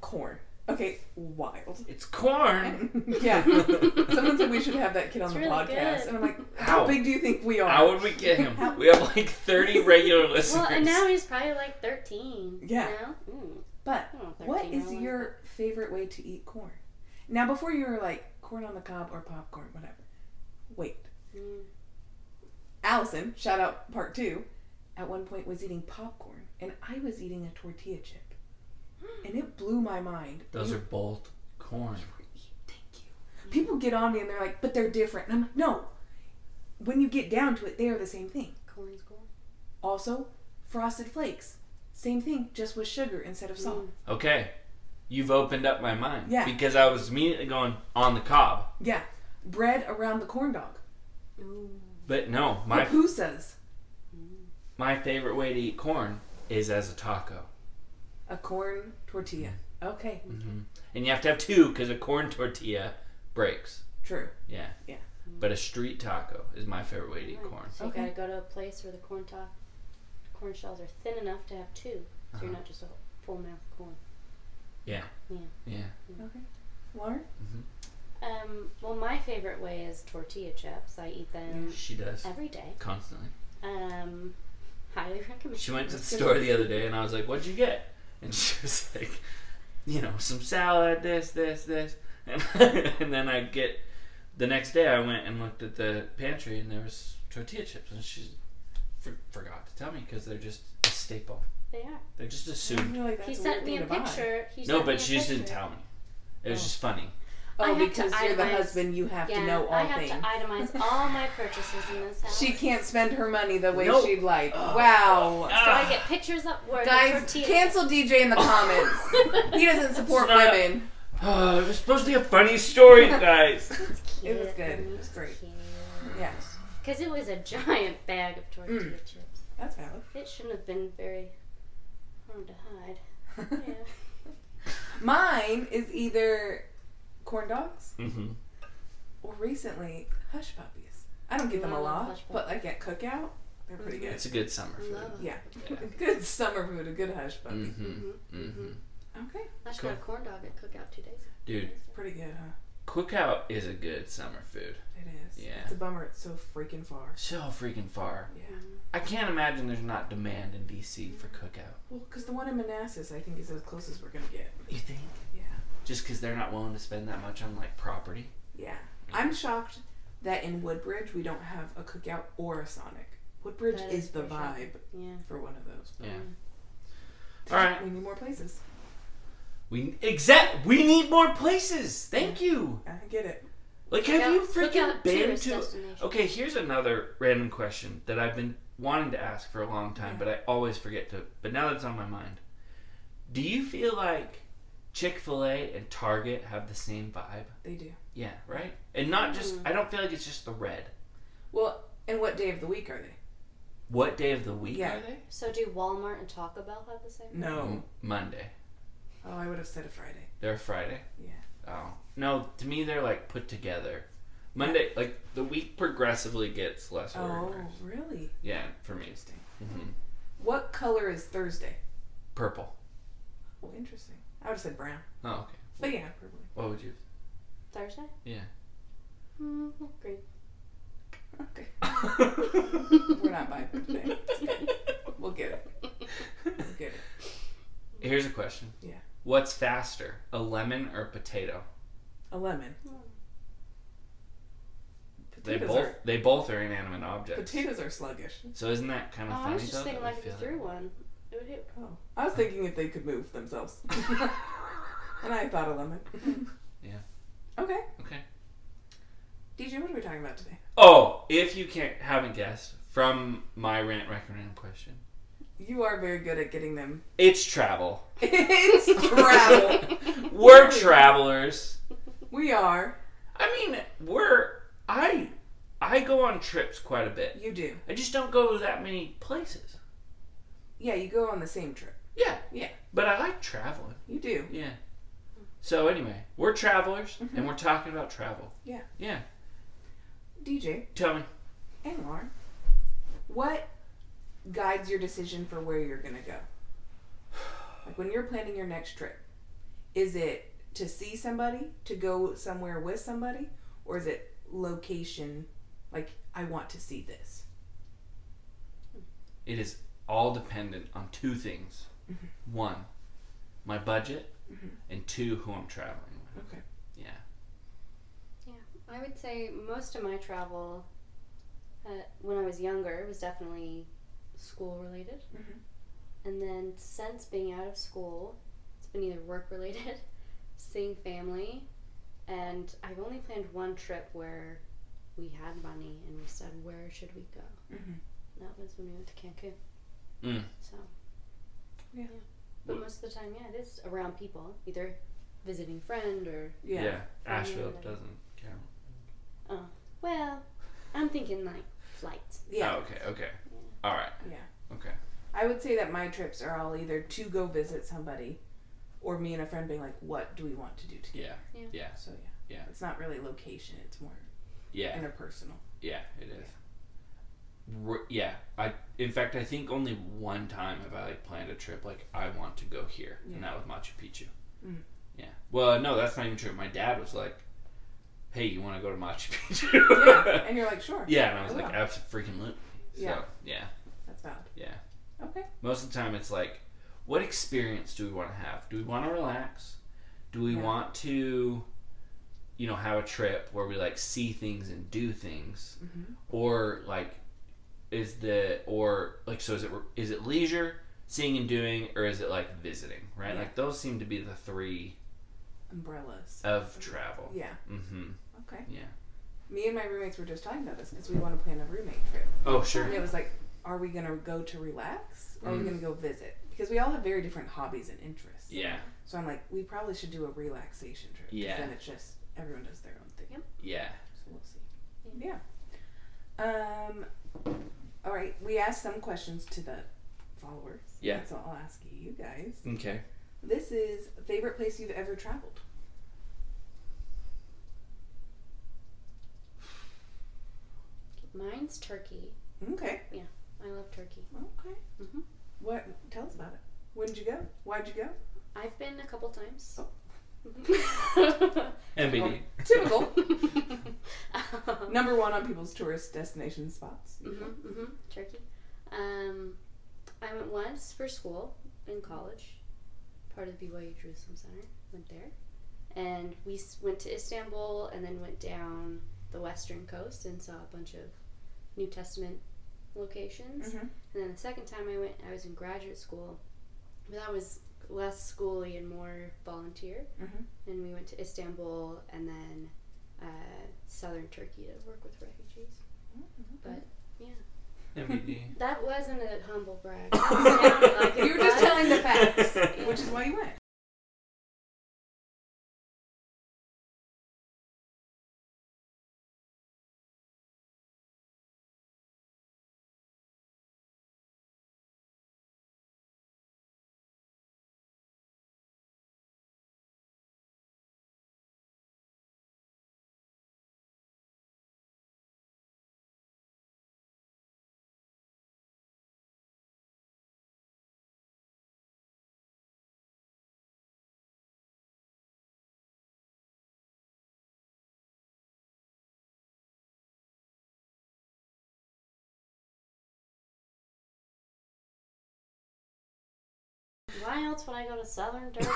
Speaker 2: Corn. Okay, wild.
Speaker 3: It's corn.
Speaker 2: yeah. Someone said we should have that kid on
Speaker 1: It's
Speaker 2: the
Speaker 1: really
Speaker 2: podcast.
Speaker 1: good.
Speaker 2: And I'm like,
Speaker 3: How?
Speaker 2: how big do you think we are?
Speaker 3: How would we get him? We have like 30 regular listeners.
Speaker 1: Well, and now he's probably like 13.
Speaker 2: Yeah.
Speaker 1: You know? Mm.
Speaker 2: But
Speaker 1: I don't know if
Speaker 2: what
Speaker 1: 13
Speaker 2: is
Speaker 1: really-
Speaker 2: your favorite way to eat corn? Now, before you were like corn on the cob or popcorn, whatever. Wait.
Speaker 1: Mm.
Speaker 2: Allison, shout out part two, at one point was eating popcorn and I was eating a tortilla chip. And it blew my mind.
Speaker 3: Those
Speaker 2: You-
Speaker 3: are both corn.
Speaker 2: Thank you. People get on me and they're like, but they're different. And I'm like, no. When you get down to it, they are the same thing.
Speaker 1: Corn's corn.
Speaker 2: Also, frosted flakes. Same thing, just with sugar instead of salt.
Speaker 3: Okay. You've opened up my mind.
Speaker 2: Yeah.
Speaker 3: Because I was immediately going on the cob.
Speaker 2: Yeah. Bread around the corn dog.
Speaker 1: Ooh.
Speaker 3: But no, my
Speaker 2: Pupusas.
Speaker 3: my favorite way to eat corn is as a taco.
Speaker 2: A corn tortilla. Okay,
Speaker 3: And you have to have two because a corn tortilla breaks.
Speaker 2: true.
Speaker 3: Yeah.
Speaker 2: Yeah.
Speaker 3: But a street taco is my favorite way to eat
Speaker 1: Right.
Speaker 3: corn.
Speaker 1: So
Speaker 2: Okay.
Speaker 1: you gotta go to a place where the corn top, corn shells are thin enough to have two, so you're
Speaker 3: Uh-huh.
Speaker 1: not just a full mouth of corn.
Speaker 3: Yeah. Mm-hmm.
Speaker 2: Lauren?
Speaker 1: Um, well, my favorite way is tortilla chips. I eat them
Speaker 3: She does.
Speaker 1: every day.
Speaker 3: Constantly.
Speaker 1: Um, highly recommend.
Speaker 3: She went to the store the other day and I was like, What'd you get? And she was like, You know, some salad, this, this, this. And, and then I get, the next day I went and looked at the pantry and there was tortilla chips. And she for, forgot to tell me because they're just a staple.
Speaker 1: They are.
Speaker 3: They're just
Speaker 2: I
Speaker 3: assumed.
Speaker 2: feel like
Speaker 1: he
Speaker 2: that's
Speaker 1: sent
Speaker 2: weird
Speaker 1: me a
Speaker 2: thing to buy.
Speaker 1: picture. He
Speaker 3: No,
Speaker 1: sent me
Speaker 3: but
Speaker 1: a
Speaker 3: she just didn't
Speaker 1: picture.
Speaker 3: tell me. It was
Speaker 2: Oh.
Speaker 3: just funny.
Speaker 1: I
Speaker 2: Oh,
Speaker 1: have to
Speaker 2: because you're the
Speaker 1: itemize-
Speaker 2: husband, you have
Speaker 1: yeah,
Speaker 2: to know all
Speaker 1: I have
Speaker 2: things.
Speaker 1: to itemize all my purchases in this house.
Speaker 2: She can't spend her money the way
Speaker 3: Nope.
Speaker 2: she'd like.
Speaker 3: Ugh.
Speaker 2: Wow.
Speaker 3: Ah.
Speaker 1: So I get pictures up where the
Speaker 2: Guys,
Speaker 1: tortilla.
Speaker 2: cancel DJ in the comments. he doesn't support
Speaker 3: Shut up.
Speaker 2: women.
Speaker 3: Oh, it was supposed to be a funny story, guys.
Speaker 1: It's cute.
Speaker 2: It was good.
Speaker 1: honey.
Speaker 2: It was great.
Speaker 1: Cute.
Speaker 2: Yes.
Speaker 1: Because it was a giant bag of tortilla
Speaker 2: Mm.
Speaker 1: chips.
Speaker 2: That's valid.
Speaker 1: It shouldn't have been very hard to hide. Yeah.
Speaker 2: Mine is either corn dogs
Speaker 3: mm-hmm.
Speaker 2: or recently hush puppies. I don't get them a
Speaker 1: Love
Speaker 2: lot,
Speaker 1: hush Mm-hmm.
Speaker 2: but like at cookout, they're pretty good.
Speaker 3: It's a good summer food.
Speaker 1: Love
Speaker 2: Yeah.
Speaker 3: Yeah.
Speaker 2: A good summer food, a good hush puppy.
Speaker 3: Mm-hmm.
Speaker 1: Mhm.
Speaker 3: Mm-hmm.
Speaker 2: Okay.
Speaker 1: I should
Speaker 3: Cool.
Speaker 1: got a corn dog at cookout two days ago.
Speaker 3: Dude,
Speaker 2: Pretty good, huh?
Speaker 3: Quick Out is a good summer food.
Speaker 2: It is.
Speaker 3: Yeah.
Speaker 2: It's a bummer. It's so freaking far.
Speaker 3: So freaking far.
Speaker 2: Yeah.
Speaker 3: I can't imagine there's not demand in DC for Cookout.
Speaker 2: Well, because the one in Manassas, I think, is as close as we're gonna get.
Speaker 3: You think?
Speaker 2: Yeah.
Speaker 3: Just because they're not willing to spend that much on like property.
Speaker 2: Yeah. I'm shocked that in Woodbridge we don't have a cookout or a Sonic. Woodbridge
Speaker 1: That
Speaker 2: is,
Speaker 1: is
Speaker 2: the
Speaker 1: pretty
Speaker 2: vibe
Speaker 1: Yeah.
Speaker 2: for one of those.
Speaker 3: Yeah.
Speaker 1: Mm.
Speaker 3: All right.
Speaker 2: We need more places.
Speaker 3: We exact. We need more places. Thank you.
Speaker 2: I get it.
Speaker 3: Like, have
Speaker 1: Cookout-
Speaker 3: you freaking
Speaker 1: Cookout
Speaker 3: been
Speaker 1: tourist
Speaker 3: to?
Speaker 1: destination.
Speaker 3: Okay, here's another random question that I've been wanting to ask for a long time, but I always forget to. But now that's on my mind. Do you feel like Chick Fil A and Target have the same vibe?
Speaker 2: They do.
Speaker 3: Yeah, right. And not just.
Speaker 2: Mm.
Speaker 3: I don't feel like it's just the red.
Speaker 2: Well, and what day of the week are they?
Speaker 3: What day of the week
Speaker 2: Yeah.
Speaker 3: are they?
Speaker 1: So do Walmart and Taco Bell have the same?
Speaker 3: Mm-hmm.
Speaker 2: No.
Speaker 3: Monday.
Speaker 2: Oh, I would have said a Friday.
Speaker 3: They're Friday.
Speaker 2: Yeah.
Speaker 3: Oh no, to me they're like put together. Monday, like the week progressively gets less
Speaker 2: Oh,
Speaker 3: organized.
Speaker 2: really?
Speaker 3: Yeah, for me, it's mhm.
Speaker 2: Interesting. What color is Thursday?
Speaker 3: purple.
Speaker 2: Oh, interesting. I would have said brown.
Speaker 3: Oh, okay.
Speaker 2: But yeah, probably.
Speaker 3: What would you?
Speaker 1: Thursday?
Speaker 3: Yeah.
Speaker 1: Mm, green.
Speaker 2: Okay.
Speaker 3: We're
Speaker 2: We're not vibing today. It's good. We'll get it.
Speaker 1: Oh,
Speaker 2: We'll get it.
Speaker 3: Here's a question.
Speaker 2: Yeah.
Speaker 3: What's faster, a lemon or a potato?
Speaker 2: A lemon.
Speaker 1: Mm.
Speaker 3: They
Speaker 2: Hmm. Potatoes
Speaker 3: both
Speaker 2: are
Speaker 3: they both are inanimate objects.
Speaker 2: potatoes are sluggish.
Speaker 3: So isn't that kind
Speaker 1: Oh,
Speaker 3: of
Speaker 1: I
Speaker 3: funny
Speaker 1: was just
Speaker 3: though?
Speaker 1: thinking
Speaker 3: that we
Speaker 1: like if you
Speaker 3: feel that-
Speaker 1: threw one, it would hit.
Speaker 2: Oh, I was thinking if they could move themselves. and I thought a lemon.
Speaker 3: Yeah.
Speaker 2: Okay.
Speaker 3: Okay.
Speaker 2: DJ, what are we talking about today?
Speaker 3: Oh, if you can't haven't guessed from my rant recommend question,
Speaker 2: You are very good at getting them.
Speaker 3: it's travel.
Speaker 2: it's travel.
Speaker 3: We're travelers.
Speaker 2: we are.
Speaker 3: I mean, we're I I go on trips quite a bit.
Speaker 2: You do.
Speaker 3: I just don't go to that many places.
Speaker 2: Yeah, you go on the same trip.
Speaker 3: Yeah.
Speaker 2: Yeah.
Speaker 3: But I like traveling.
Speaker 2: You do.
Speaker 3: Yeah. Mm-hmm. So anyway, we're travelers and we're talking about travel.
Speaker 2: Yeah.
Speaker 3: Yeah.
Speaker 2: DJ
Speaker 3: Tell me.
Speaker 2: and Lauren, what guides your decision for where you're going to go? Like when you're planning your next trip, is it to see somebody, to go somewhere with somebody, or is it location? Like, I want to see this.
Speaker 3: It is all dependent on two things. One, my budget and two, who I'm traveling with.
Speaker 2: Okay.
Speaker 3: Yeah.
Speaker 1: I would say most of my travel uh, when I was younger was definitely school related.
Speaker 2: Mhm.
Speaker 1: And then since being out of school, it's been either work related, seeing family, and I've only planned one trip where we had money and we said, where should we go?
Speaker 2: Mhm.
Speaker 1: And That was when we went to Cancun.
Speaker 3: Mm.
Speaker 1: So,
Speaker 2: Yeah.
Speaker 1: But
Speaker 3: Wh-
Speaker 1: most of the time, yeah, it is around people, either visiting friend or,
Speaker 2: Yeah.
Speaker 3: Asheville
Speaker 1: Yeah.
Speaker 3: doesn't count.
Speaker 1: well, I'm thinking like flights.
Speaker 2: Yeah.
Speaker 3: Oh, okay. Okay. All right.
Speaker 2: I would say that my trips are all either to go visit somebody or me and a friend being like, what do we want to do together?
Speaker 3: Yeah.
Speaker 2: So, yeah.
Speaker 3: Yeah.
Speaker 2: It's not really location, it's more
Speaker 3: Yeah.
Speaker 2: interpersonal.
Speaker 3: Yeah, it is. R- yeah, I. In fact, I think only one time have I like planned a trip like I want to go here, and that was Machu Picchu.
Speaker 2: Mm.
Speaker 3: Yeah. Well, no, that's not even true. My dad was like, "Hey, you want to go to Machu
Speaker 2: yeah.
Speaker 3: Picchu?"
Speaker 2: And you're like, sure.
Speaker 3: yeah, and I was
Speaker 2: I
Speaker 3: like,
Speaker 2: will.
Speaker 3: "Absolutely freaking lit." So, yeah.
Speaker 2: Yeah. That's valid.
Speaker 3: Yeah.
Speaker 2: Okay.
Speaker 3: Most of the time, it's like, what experience do we want to have? Do we want to relax? Do we
Speaker 2: Yeah.
Speaker 3: want to, you know, have a trip where we like see things and do things?
Speaker 2: Mhm.
Speaker 3: or like is the or like so is it is it leisure seeing and doing or is it like visiting right
Speaker 2: Yeah.
Speaker 3: like those seem to be the three
Speaker 2: Umbrellas.
Speaker 3: of travel
Speaker 2: Yeah.
Speaker 3: mm-hmm
Speaker 2: Okay.
Speaker 3: Yeah.
Speaker 2: Me and my roommates were just talking about this because we want to plan a roommate trip.
Speaker 3: oh sure
Speaker 2: And it was like, are we going to go to relax or are
Speaker 3: Mm.
Speaker 2: we going to go visit? Because we all have very different hobbies and interests.
Speaker 3: yeah
Speaker 2: So I'm like, we probably should do a relaxation trip. 'cause
Speaker 3: Yeah.
Speaker 2: Then it's just everyone does their own thing.
Speaker 3: yeah
Speaker 2: So we'll see. Yeah. Um. All right. We asked some questions to the followers.
Speaker 3: Yeah.
Speaker 2: So I'll ask you guys.
Speaker 3: okay
Speaker 2: This is favorite place you've ever traveled.
Speaker 1: Mine's Turkey.
Speaker 2: Okay.
Speaker 1: I love Turkey.
Speaker 2: Okay.
Speaker 1: Mhm.
Speaker 2: What? Tell us about it. When did you go? Why'd you go?
Speaker 1: I've been a couple times.
Speaker 2: Oh.
Speaker 1: Mhm.
Speaker 3: mbd
Speaker 2: To typical.
Speaker 1: um,
Speaker 2: Number one on people's tourist destination spots.
Speaker 1: hmm hmm Turkey. Um, I went once for school in college, part of the BYU Jerusalem Center. Went there, and we s- went to Istanbul, and then went down the western coast and saw a bunch of New Testament locations.
Speaker 3: Mm-hmm.
Speaker 2: Mhm.
Speaker 1: And then the second time I went, I was in graduate school, but that was less schooly and more volunteer.
Speaker 2: Mhm.
Speaker 1: And we went to Istanbul and then uh, southern Turkey to work with refugees. But
Speaker 3: MBD.
Speaker 1: that wasn't a humble brag. It sounded like it
Speaker 2: You were just
Speaker 1: was.
Speaker 2: telling the facts, which is why you went.
Speaker 1: Why else would I go to southern Turkey?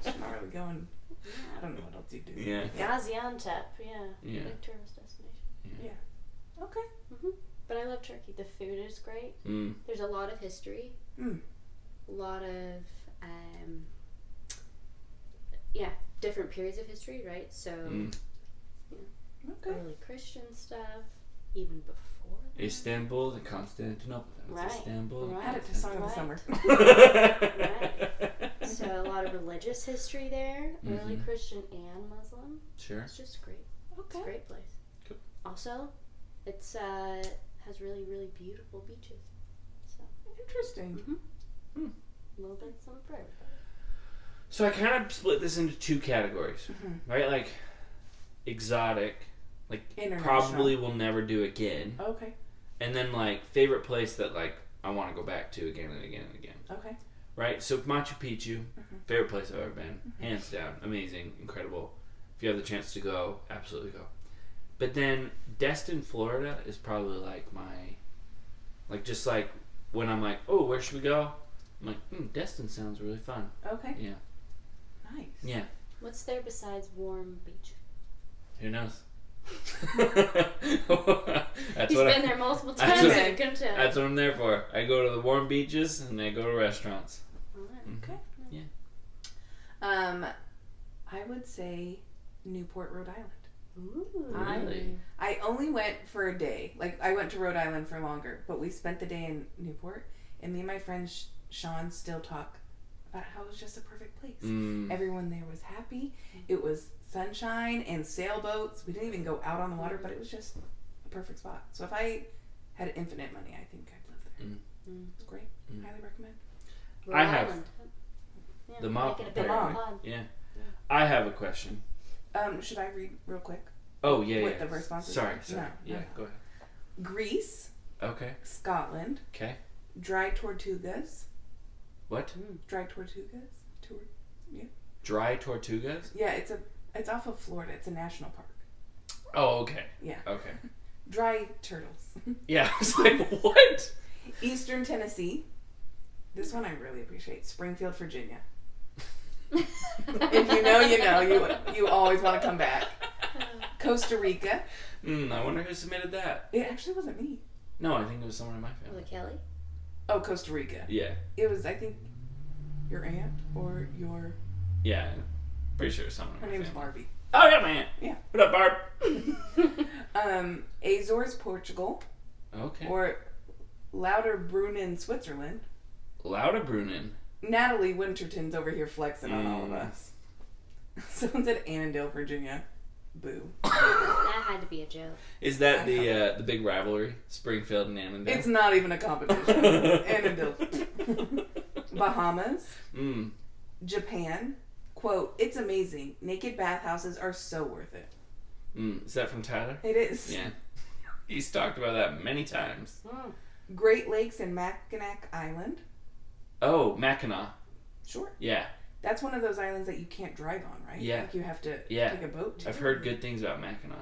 Speaker 2: She's not really going. I
Speaker 1: yeah.
Speaker 2: don't know what else you do.
Speaker 3: yeah.
Speaker 1: Gaziantep, yeah.
Speaker 3: Yeah.
Speaker 1: Big tourist destination.
Speaker 2: Okay.
Speaker 1: Mm-hmm. But I love Turkey. The food is great.
Speaker 3: Mm.
Speaker 1: There's a lot of history.
Speaker 2: Mm.
Speaker 1: A lot of um, yeah, different periods of history, right? So
Speaker 3: Mm.
Speaker 2: Okay.
Speaker 1: early Christian stuff, even before.
Speaker 3: Istanbul to Constantinople. That was
Speaker 1: Right.
Speaker 3: Istanbul.
Speaker 1: Right.
Speaker 2: Add it to Song of the
Speaker 1: Right.
Speaker 2: Summer.
Speaker 1: So a lot of religious history there, early
Speaker 3: Mhm.
Speaker 1: Christian and Muslim.
Speaker 3: Sure.
Speaker 1: It's just great. It's a
Speaker 2: Okay.
Speaker 1: great place.
Speaker 3: Cool.
Speaker 1: Also, it's uh has really really beautiful beaches. So
Speaker 2: Interesting.
Speaker 1: a little bit some for everybody.
Speaker 3: So I kind of split this into two categories,
Speaker 2: Mhm.
Speaker 3: right? Like exotic, like
Speaker 2: International.
Speaker 3: probably will never do again,
Speaker 2: Okay.
Speaker 3: and then like favorite place that like I want to go back to again and again and again.
Speaker 2: Okay.
Speaker 3: Right? So Machu Picchu,
Speaker 1: Mm-hmm.
Speaker 3: favorite place I've ever been, hands down, amazing, incredible. If you have the chance to go, absolutely go. But then Destin, Florida is probably like my, like just like when I'm like, oh, where should we go? I'm like, mm, Destin sounds really fun.
Speaker 2: Okay.
Speaker 3: Yeah.
Speaker 2: Nice.
Speaker 3: Yeah.
Speaker 1: What's there besides warm beach?
Speaker 3: Who knows?
Speaker 1: He's
Speaker 3: that's what
Speaker 1: been
Speaker 3: I,
Speaker 1: there multiple
Speaker 3: that's
Speaker 1: times.
Speaker 2: what-
Speaker 1: I can tell.
Speaker 3: that's what I'm there for. I go to the warm beaches and I go to restaurants.
Speaker 1: Alright.
Speaker 3: Mhm.
Speaker 2: Okay. Um, I would say Newport, Rhode Island.
Speaker 1: Ooh.
Speaker 2: Mm-hmm.
Speaker 3: Really?
Speaker 2: I only went for a day. Like I went to Rhode Island for longer, but we spent the day in Newport, and me and my friend Sh- Sean still talk about how it was just a perfect place.
Speaker 3: Mm.
Speaker 2: Everyone there was happy. It was sunshine and sailboats. We didn't even go out on the water, but it was just a perfect spot. So if I had infinite money, I think I'd live there.
Speaker 1: Mm.
Speaker 2: It's great.
Speaker 3: Mm.
Speaker 2: Highly recommend.
Speaker 1: Rhode
Speaker 3: I have
Speaker 1: Island. Yeah,
Speaker 3: the mop.
Speaker 1: Make it a
Speaker 2: the
Speaker 1: big
Speaker 2: mop.
Speaker 1: pod.
Speaker 3: Yeah. I have a question.
Speaker 2: Um, should I read real quick?
Speaker 3: Oh yeah.
Speaker 2: What,
Speaker 3: yeah.
Speaker 2: the responses?
Speaker 3: Sorry.
Speaker 2: No,
Speaker 3: Sorry.
Speaker 2: no,
Speaker 3: yeah.
Speaker 2: no.
Speaker 3: Go ahead.
Speaker 2: Greece,
Speaker 3: Okay.
Speaker 2: Scotland,
Speaker 3: Okay.
Speaker 2: dry tortugas,
Speaker 3: What?
Speaker 2: dry tortugas, Tor-
Speaker 3: Dry tortugas?
Speaker 2: Yeah, it's a it's off of Florida. It's a national park.
Speaker 3: Oh, okay.
Speaker 2: Yeah.
Speaker 3: Okay.
Speaker 2: Dry turtles.
Speaker 3: Yeah. I was like, what?
Speaker 2: Eastern Tennessee. This one I really appreciate. Springfield, Virginia. If you know, you know. You you always want to come back. Costa Rica.
Speaker 3: Mm, I wonder who submitted that.
Speaker 2: It actually wasn't me.
Speaker 3: No, I think it was someone in my
Speaker 1: Was
Speaker 3: family.
Speaker 1: it Kelly?
Speaker 2: Oh, Costa Rica.
Speaker 3: Yeah.
Speaker 2: It was I think your aunt or your
Speaker 3: Yeah. Pretty sure it was someone.
Speaker 2: her
Speaker 3: in my
Speaker 2: name's
Speaker 3: family.
Speaker 2: Barbie.
Speaker 3: Oh yeah, my aunt.
Speaker 2: Yeah.
Speaker 3: What up, Barb?
Speaker 2: Um, Azores, Portugal,
Speaker 3: Okay.
Speaker 2: or Lauterbrunnen, Switzerland.
Speaker 3: Lauda Brunnen.
Speaker 2: Natalie Winterton's over here flexing on all of
Speaker 3: Mm.
Speaker 2: us. Someone said Annandale, Virginia. Boo.
Speaker 1: That had to be a joke.
Speaker 3: Is that the uh, the big rivalry? Springfield and Annandale.
Speaker 2: It's not even a competition. Annandale. Bahamas,
Speaker 3: mm.
Speaker 2: Japan. Quote, it's amazing. Naked bathhouses are so worth it.
Speaker 3: Mm. Is that from Tyler?
Speaker 2: It is.
Speaker 3: Yeah. He's talked about that many times.
Speaker 1: Mm.
Speaker 2: Great Lakes and Mackinac Island.
Speaker 3: Oh, Mackinac.
Speaker 2: Sure.
Speaker 3: Yeah.
Speaker 2: That's one of those islands that you can't drive on, right?
Speaker 3: Yeah.
Speaker 2: Like you have to
Speaker 3: Yeah.
Speaker 2: take a boat to.
Speaker 3: I've heard good things about Mackinac.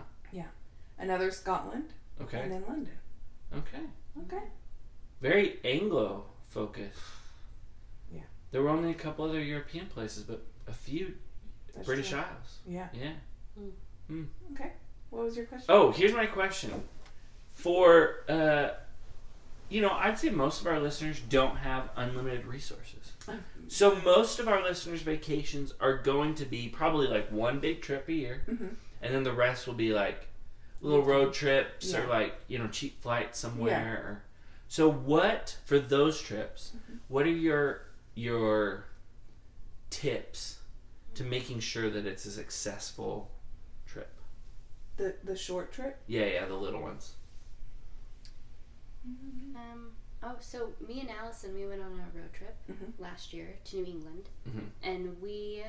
Speaker 2: Another Scotland
Speaker 3: Okay.
Speaker 2: and then London.
Speaker 3: Okay.
Speaker 2: Okay.
Speaker 3: Very Anglo focused.
Speaker 2: Yeah.
Speaker 3: There were only a couple other European places, but a few
Speaker 2: That's
Speaker 3: British
Speaker 2: true.
Speaker 3: Isles.
Speaker 2: Yeah.
Speaker 3: Yeah.
Speaker 2: What was your question?
Speaker 3: Oh, here's my question. For uh you know, I'd say most of our listeners don't have unlimited resources. So most of our listeners' vacations are going to be probably like one big trip a year,
Speaker 2: Mhm.
Speaker 3: and then the rest will be like little road trips or
Speaker 2: Yeah.
Speaker 3: like you know cheap flights somewhere. Or, so what for those trips? What are your your tips to making sure that it's a successful trip?
Speaker 2: The the short trip.
Speaker 3: Yeah, yeah, the little ones.
Speaker 1: Um, oh, so me and Allison, we went on a road trip
Speaker 2: Mhm.
Speaker 1: last year to New England,
Speaker 3: Mhm.
Speaker 1: and we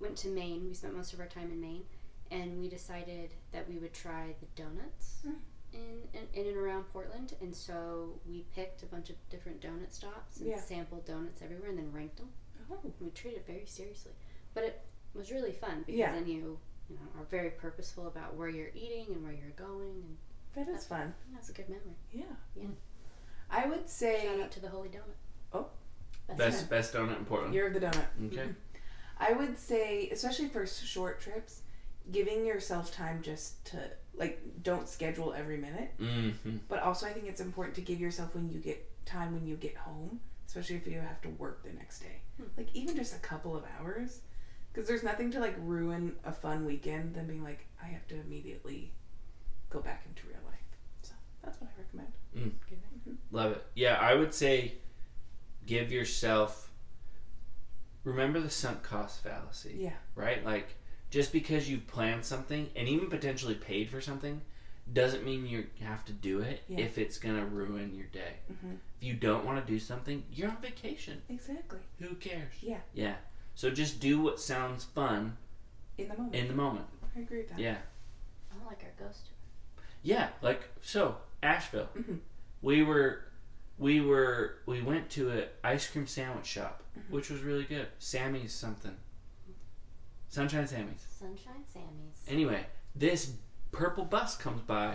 Speaker 1: went to Maine. We spent most of our time in Maine, and we decided that we would try the donuts
Speaker 2: Mm.
Speaker 1: in, in in and around Portland. And so we picked a bunch of different donut stops and
Speaker 2: Yeah.
Speaker 1: sampled donuts everywhere, and then ranked them.
Speaker 2: Oh.
Speaker 1: We treated it very seriously, but it was really fun because
Speaker 2: Yeah.
Speaker 1: then you you know are very purposeful about where you're eating and where you're going, and
Speaker 2: That is fun.
Speaker 1: that's a good memory.
Speaker 2: Yeah.
Speaker 1: Yeah.
Speaker 2: I would say
Speaker 1: Shout out to the Holy Donut.
Speaker 2: Oh.
Speaker 1: Best
Speaker 3: Best best donut in Portland.
Speaker 2: Year of the donut. Mm-hmm.
Speaker 3: okay.
Speaker 2: I would say, especially for s- short trips, giving yourself time just to like don't schedule every minute.
Speaker 3: Mm-hmm.
Speaker 2: But also, I think it's important to give yourself when you get time when you get home, especially if you have to work the next day.
Speaker 1: Hmm.
Speaker 2: Like even just a couple of hours, because there's nothing to like ruin a fun weekend than being like I have to immediately go back into real life. So that's what I recommend.
Speaker 3: Love it. Yeah, I would say give yourself remember the sunk cost fallacy.
Speaker 2: Yeah.
Speaker 3: Right? Like just because you've planned something and even potentially paid for something doesn't mean you have to do it
Speaker 2: Yeah.
Speaker 3: if it's going to ruin your day.
Speaker 2: Mhm.
Speaker 3: If you don't want to do something, you're on vacation.
Speaker 2: Exactly.
Speaker 3: Who cares?
Speaker 2: Yeah.
Speaker 3: Yeah. So just do what sounds fun
Speaker 2: In the moment.
Speaker 3: in the moment.
Speaker 2: I agree with that.
Speaker 3: Yeah.
Speaker 1: I like our ghost.
Speaker 3: Yeah, like so Asheville.
Speaker 2: Mhm.
Speaker 3: We were we were we went to an ice cream sandwich shop,
Speaker 2: Mm-hmm.
Speaker 3: which was really good. Sammy's something. Sunshine Sammy's.
Speaker 1: Sunshine Sammy's.
Speaker 3: Anyway, this purple bus comes by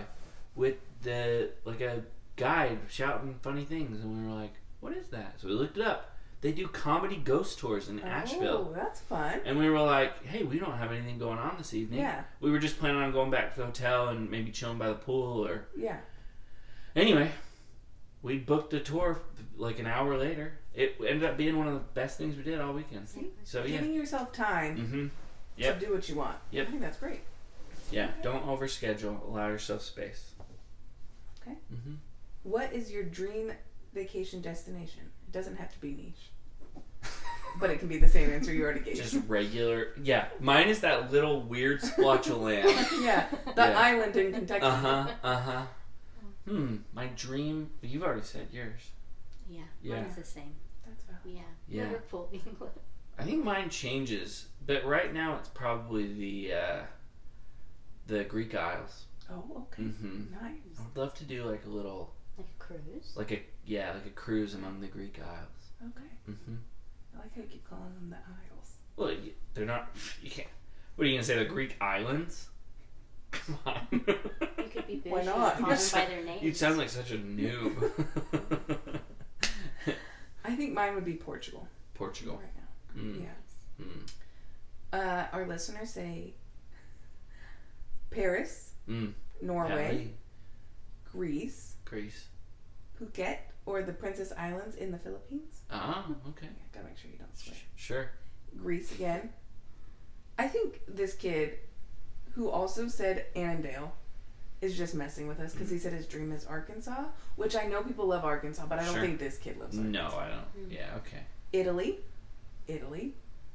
Speaker 3: with the like a guide shouting funny things and we were like, "What is that?" So we looked it up. They do comedy ghost tours in Asheville.
Speaker 2: Oh, that's fun.
Speaker 3: And we were like, "Hey, we don't have anything going on this evening."
Speaker 2: Yeah.
Speaker 3: We were just planning on going back to the hotel and maybe chilling by the pool or
Speaker 2: Yeah.
Speaker 3: Anyway, we booked a tour like an hour later. It ended up being one of the best things we did all weekend.
Speaker 2: See?
Speaker 3: So Oh, yeah,
Speaker 2: Giving yourself time
Speaker 3: mm-hmm. Yep.
Speaker 2: to do what you want.
Speaker 3: Yep.
Speaker 2: I think that's great.
Speaker 3: yeah. Don't overschedule. Allow yourself space.
Speaker 2: Okay.
Speaker 3: Mm-hmm.
Speaker 2: What is your dream vacation destination? It doesn't have to be niche, but it can be the same answer you already gave.
Speaker 3: Just regular. Yeah. Mine is that little weird splotch of land.
Speaker 2: yeah, the
Speaker 3: Yeah.
Speaker 2: island in Kentucky.
Speaker 3: Uh huh. Uh huh. Hmm. My dream. You've already said yours.
Speaker 1: Yeah.
Speaker 3: Yeah.
Speaker 1: Mine's the same.
Speaker 2: That's valid.
Speaker 1: Yeah.
Speaker 3: Yeah.
Speaker 1: Liverpool, England.
Speaker 3: I think mine changes, but right now it's probably the uh, the Greek Isles.
Speaker 2: Oh, okay.
Speaker 3: Mm-hmm.
Speaker 2: Nice.
Speaker 3: I'd love to do like a little
Speaker 1: Like a cruise.
Speaker 3: like a yeah, like a cruise among the Greek Isles.
Speaker 2: Okay.
Speaker 3: Mm-hmm.
Speaker 2: I like how you keep calling them the Isles.
Speaker 3: Well, y- they're not. You can't. What are you gonna say? The Greek islands? Come on.
Speaker 1: You could be bougie
Speaker 2: Why
Speaker 1: and
Speaker 2: not?
Speaker 1: call
Speaker 3: You
Speaker 1: them by
Speaker 3: sound-
Speaker 1: their names.
Speaker 3: You'd sound like such a noob.
Speaker 2: I think mine would be Portugal
Speaker 3: Portugal.
Speaker 2: right now.
Speaker 3: Mm.
Speaker 2: Yeah.
Speaker 3: Mm.
Speaker 2: Uh, our listeners say Paris,
Speaker 3: Mm.
Speaker 2: Norway,
Speaker 3: Italy,
Speaker 2: Greece,
Speaker 3: Greece.
Speaker 2: Phuket, or the Princess Islands in the Philippines.
Speaker 3: Ah, okay.
Speaker 2: Yeah, gotta make sure you don't swear.
Speaker 3: Sure.
Speaker 2: Greece again. I think this kid, who also said Annandale, is just messing with us because
Speaker 3: Mm-hmm.
Speaker 2: he said his dream is Arkansas, which I know people love Arkansas, but I don't
Speaker 3: Sure.
Speaker 2: think this kid loves Arkansas.
Speaker 3: No, I don't.
Speaker 2: Mm.
Speaker 3: Yeah, okay.
Speaker 2: Italy, Italy,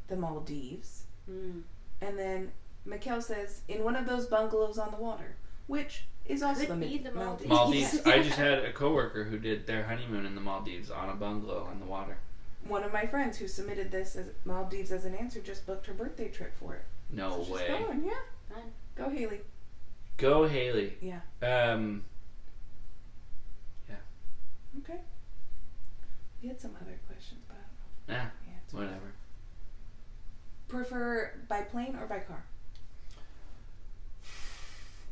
Speaker 2: the Maldives,
Speaker 1: Mm.
Speaker 2: and then Mikkel says in one of those bungalows on the water, which is also
Speaker 1: Could
Speaker 2: the Ma-
Speaker 1: be the Maldives.
Speaker 3: Maldives.
Speaker 1: Yeah.
Speaker 3: I just had a coworker who did their honeymoon in the Maldives on a bungalow on the water.
Speaker 2: One of my friends who submitted this as Maldives as an answer just booked her birthday trip for it.
Speaker 3: No
Speaker 2: So she's
Speaker 3: way.
Speaker 2: going, yeah.
Speaker 1: Fun.
Speaker 2: Go Haley.
Speaker 3: Go, Haley.
Speaker 2: Yeah.
Speaker 3: Um.
Speaker 2: Okay. We had some other questions, but
Speaker 3: Ah.
Speaker 2: yeah, it's
Speaker 3: Whatever.
Speaker 2: prefer by plane or by car?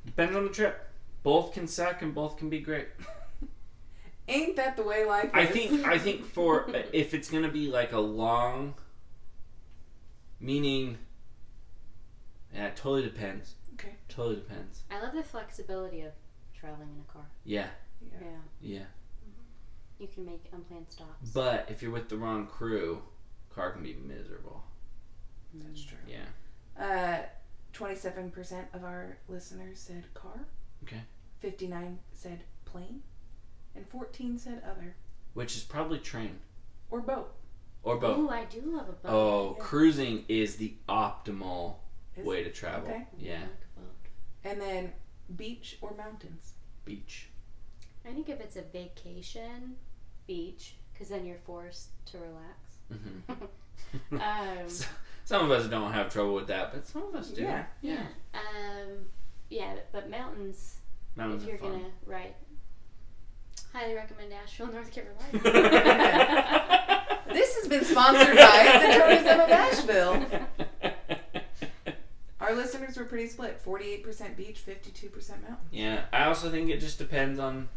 Speaker 3: Depends on the trip. Both can suck and both can be great.
Speaker 2: Ain't that the way life
Speaker 3: I
Speaker 2: is?
Speaker 3: think I think for if it's gonna be like a long, meaning, yeah, it totally depends.
Speaker 2: Okay.
Speaker 3: Totally depends.
Speaker 1: I love the flexibility of traveling in a car.
Speaker 3: Yeah,
Speaker 2: Yeah.
Speaker 1: Yeah.
Speaker 3: yeah.
Speaker 1: You can make unplanned stops.
Speaker 3: But if you're with the wrong crew, car can be miserable.
Speaker 2: That's true.
Speaker 3: Yeah.
Speaker 2: Uh, twenty-seven percent of our listeners said car.
Speaker 3: Okay.
Speaker 2: Fifty-nine said plane, and fourteen said other
Speaker 3: Which is probably train
Speaker 2: or boat.
Speaker 3: or boat.
Speaker 1: Ooh, I do love a boat.
Speaker 3: Oh,
Speaker 2: Yeah.
Speaker 3: cruising is the optimal
Speaker 2: Is
Speaker 3: way to travel.
Speaker 2: Okay.
Speaker 1: I
Speaker 3: Yeah.
Speaker 1: like a boat.
Speaker 2: And then beach or mountains.
Speaker 3: Beach.
Speaker 1: I think if it's a vacation, beach, because then you're forced to relax.
Speaker 3: hmm
Speaker 1: Um,
Speaker 3: S- some of us don't have trouble with that, but some of us do.
Speaker 2: Yeah.
Speaker 1: yeah. Um, yeah, but mountains,
Speaker 3: Mountains
Speaker 1: if
Speaker 3: are
Speaker 1: you're
Speaker 3: fun.
Speaker 1: gonna right. Highly recommend Asheville, North Carolina.
Speaker 2: This has been sponsored by the Tourism of Asheville. Our listeners were pretty split: forty-eight percent beach, fifty-two percent mountain.
Speaker 3: Yeah, I also think it just depends on.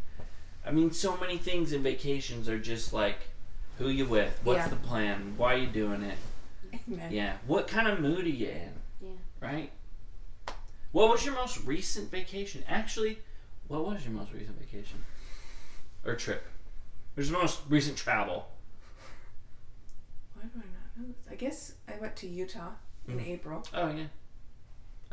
Speaker 3: I mean, so many things in vacations are just like, who you with, what's
Speaker 2: Yeah.
Speaker 3: the plan, why you doing it,
Speaker 2: Amen.
Speaker 3: yeah, what kind of mood are you in,
Speaker 1: Yeah.
Speaker 3: right? What was your most recent vacation? Actually, what was your most recent vacation or trip? What's your most recent travel?
Speaker 2: Why do I not know this? I guess I went to Utah in
Speaker 3: Mm.
Speaker 2: April.
Speaker 3: Oh yeah,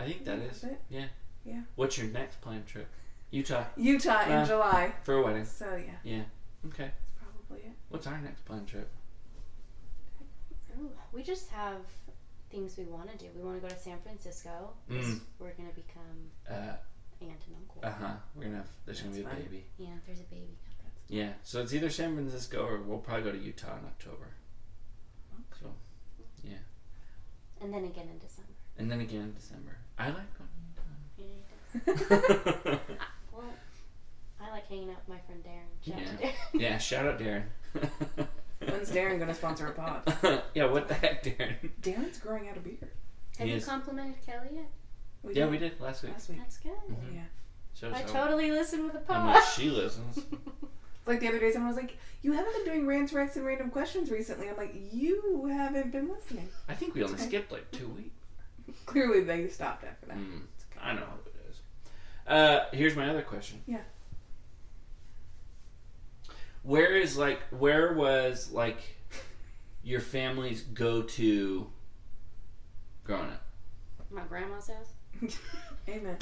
Speaker 3: I think that is.
Speaker 2: That's it.
Speaker 3: Yeah.
Speaker 2: Yeah.
Speaker 3: What's your next planned trip? Utah
Speaker 2: Utah
Speaker 3: Uh,
Speaker 2: in July.
Speaker 3: for a wedding.
Speaker 2: So yeah,
Speaker 3: Okay.
Speaker 2: that's probably it.
Speaker 3: What's our next planned trip?
Speaker 1: Ooh, we just have things we want to do. We want to go to San Francisco.
Speaker 3: Mm.
Speaker 1: 'cause We're gonna become
Speaker 3: Uh
Speaker 1: aunt and uncle.
Speaker 3: huh. We're gonna have. There's gonna
Speaker 2: That's
Speaker 3: be a
Speaker 2: fun.
Speaker 3: baby.
Speaker 1: Yeah, there's a baby.
Speaker 3: Yeah. So it's either San Francisco or we'll probably go to Utah in October,
Speaker 1: And then again in December.
Speaker 3: and then again in December. I like going. to Utah.
Speaker 1: Well, I like hanging out with my friend Darren. Shout out to Darren.
Speaker 3: yeah. Shout out Darren.
Speaker 2: When's Darren gonna sponsor a pod?
Speaker 3: yeah. What the heck, Darren?
Speaker 2: Darren's growing out a beard.
Speaker 1: Have
Speaker 3: He
Speaker 1: you
Speaker 3: is-
Speaker 1: complimented Kelly yet?
Speaker 2: We
Speaker 3: Yeah,
Speaker 2: did
Speaker 3: we did last week.
Speaker 2: last week.
Speaker 1: That's good.
Speaker 3: Mhm.
Speaker 2: Yeah.
Speaker 3: Shows
Speaker 1: I
Speaker 3: how-
Speaker 1: totally listened with a
Speaker 3: how
Speaker 1: pop.
Speaker 3: much she listens.
Speaker 2: Like the other day, someone was like, "You haven't been doing rants, racks, and random questions recently." I'm like, "You haven't been listening."
Speaker 3: I think we only
Speaker 2: Okay.
Speaker 3: skipped like two weeks.
Speaker 2: Clearly, they stopped after that.
Speaker 3: Mm,
Speaker 2: It's okay.
Speaker 3: I know who it is. Uh, here's my other question.
Speaker 2: Yeah.
Speaker 3: Where is like where was like your family's go to growing up?
Speaker 1: my grandma's house.
Speaker 2: Amen.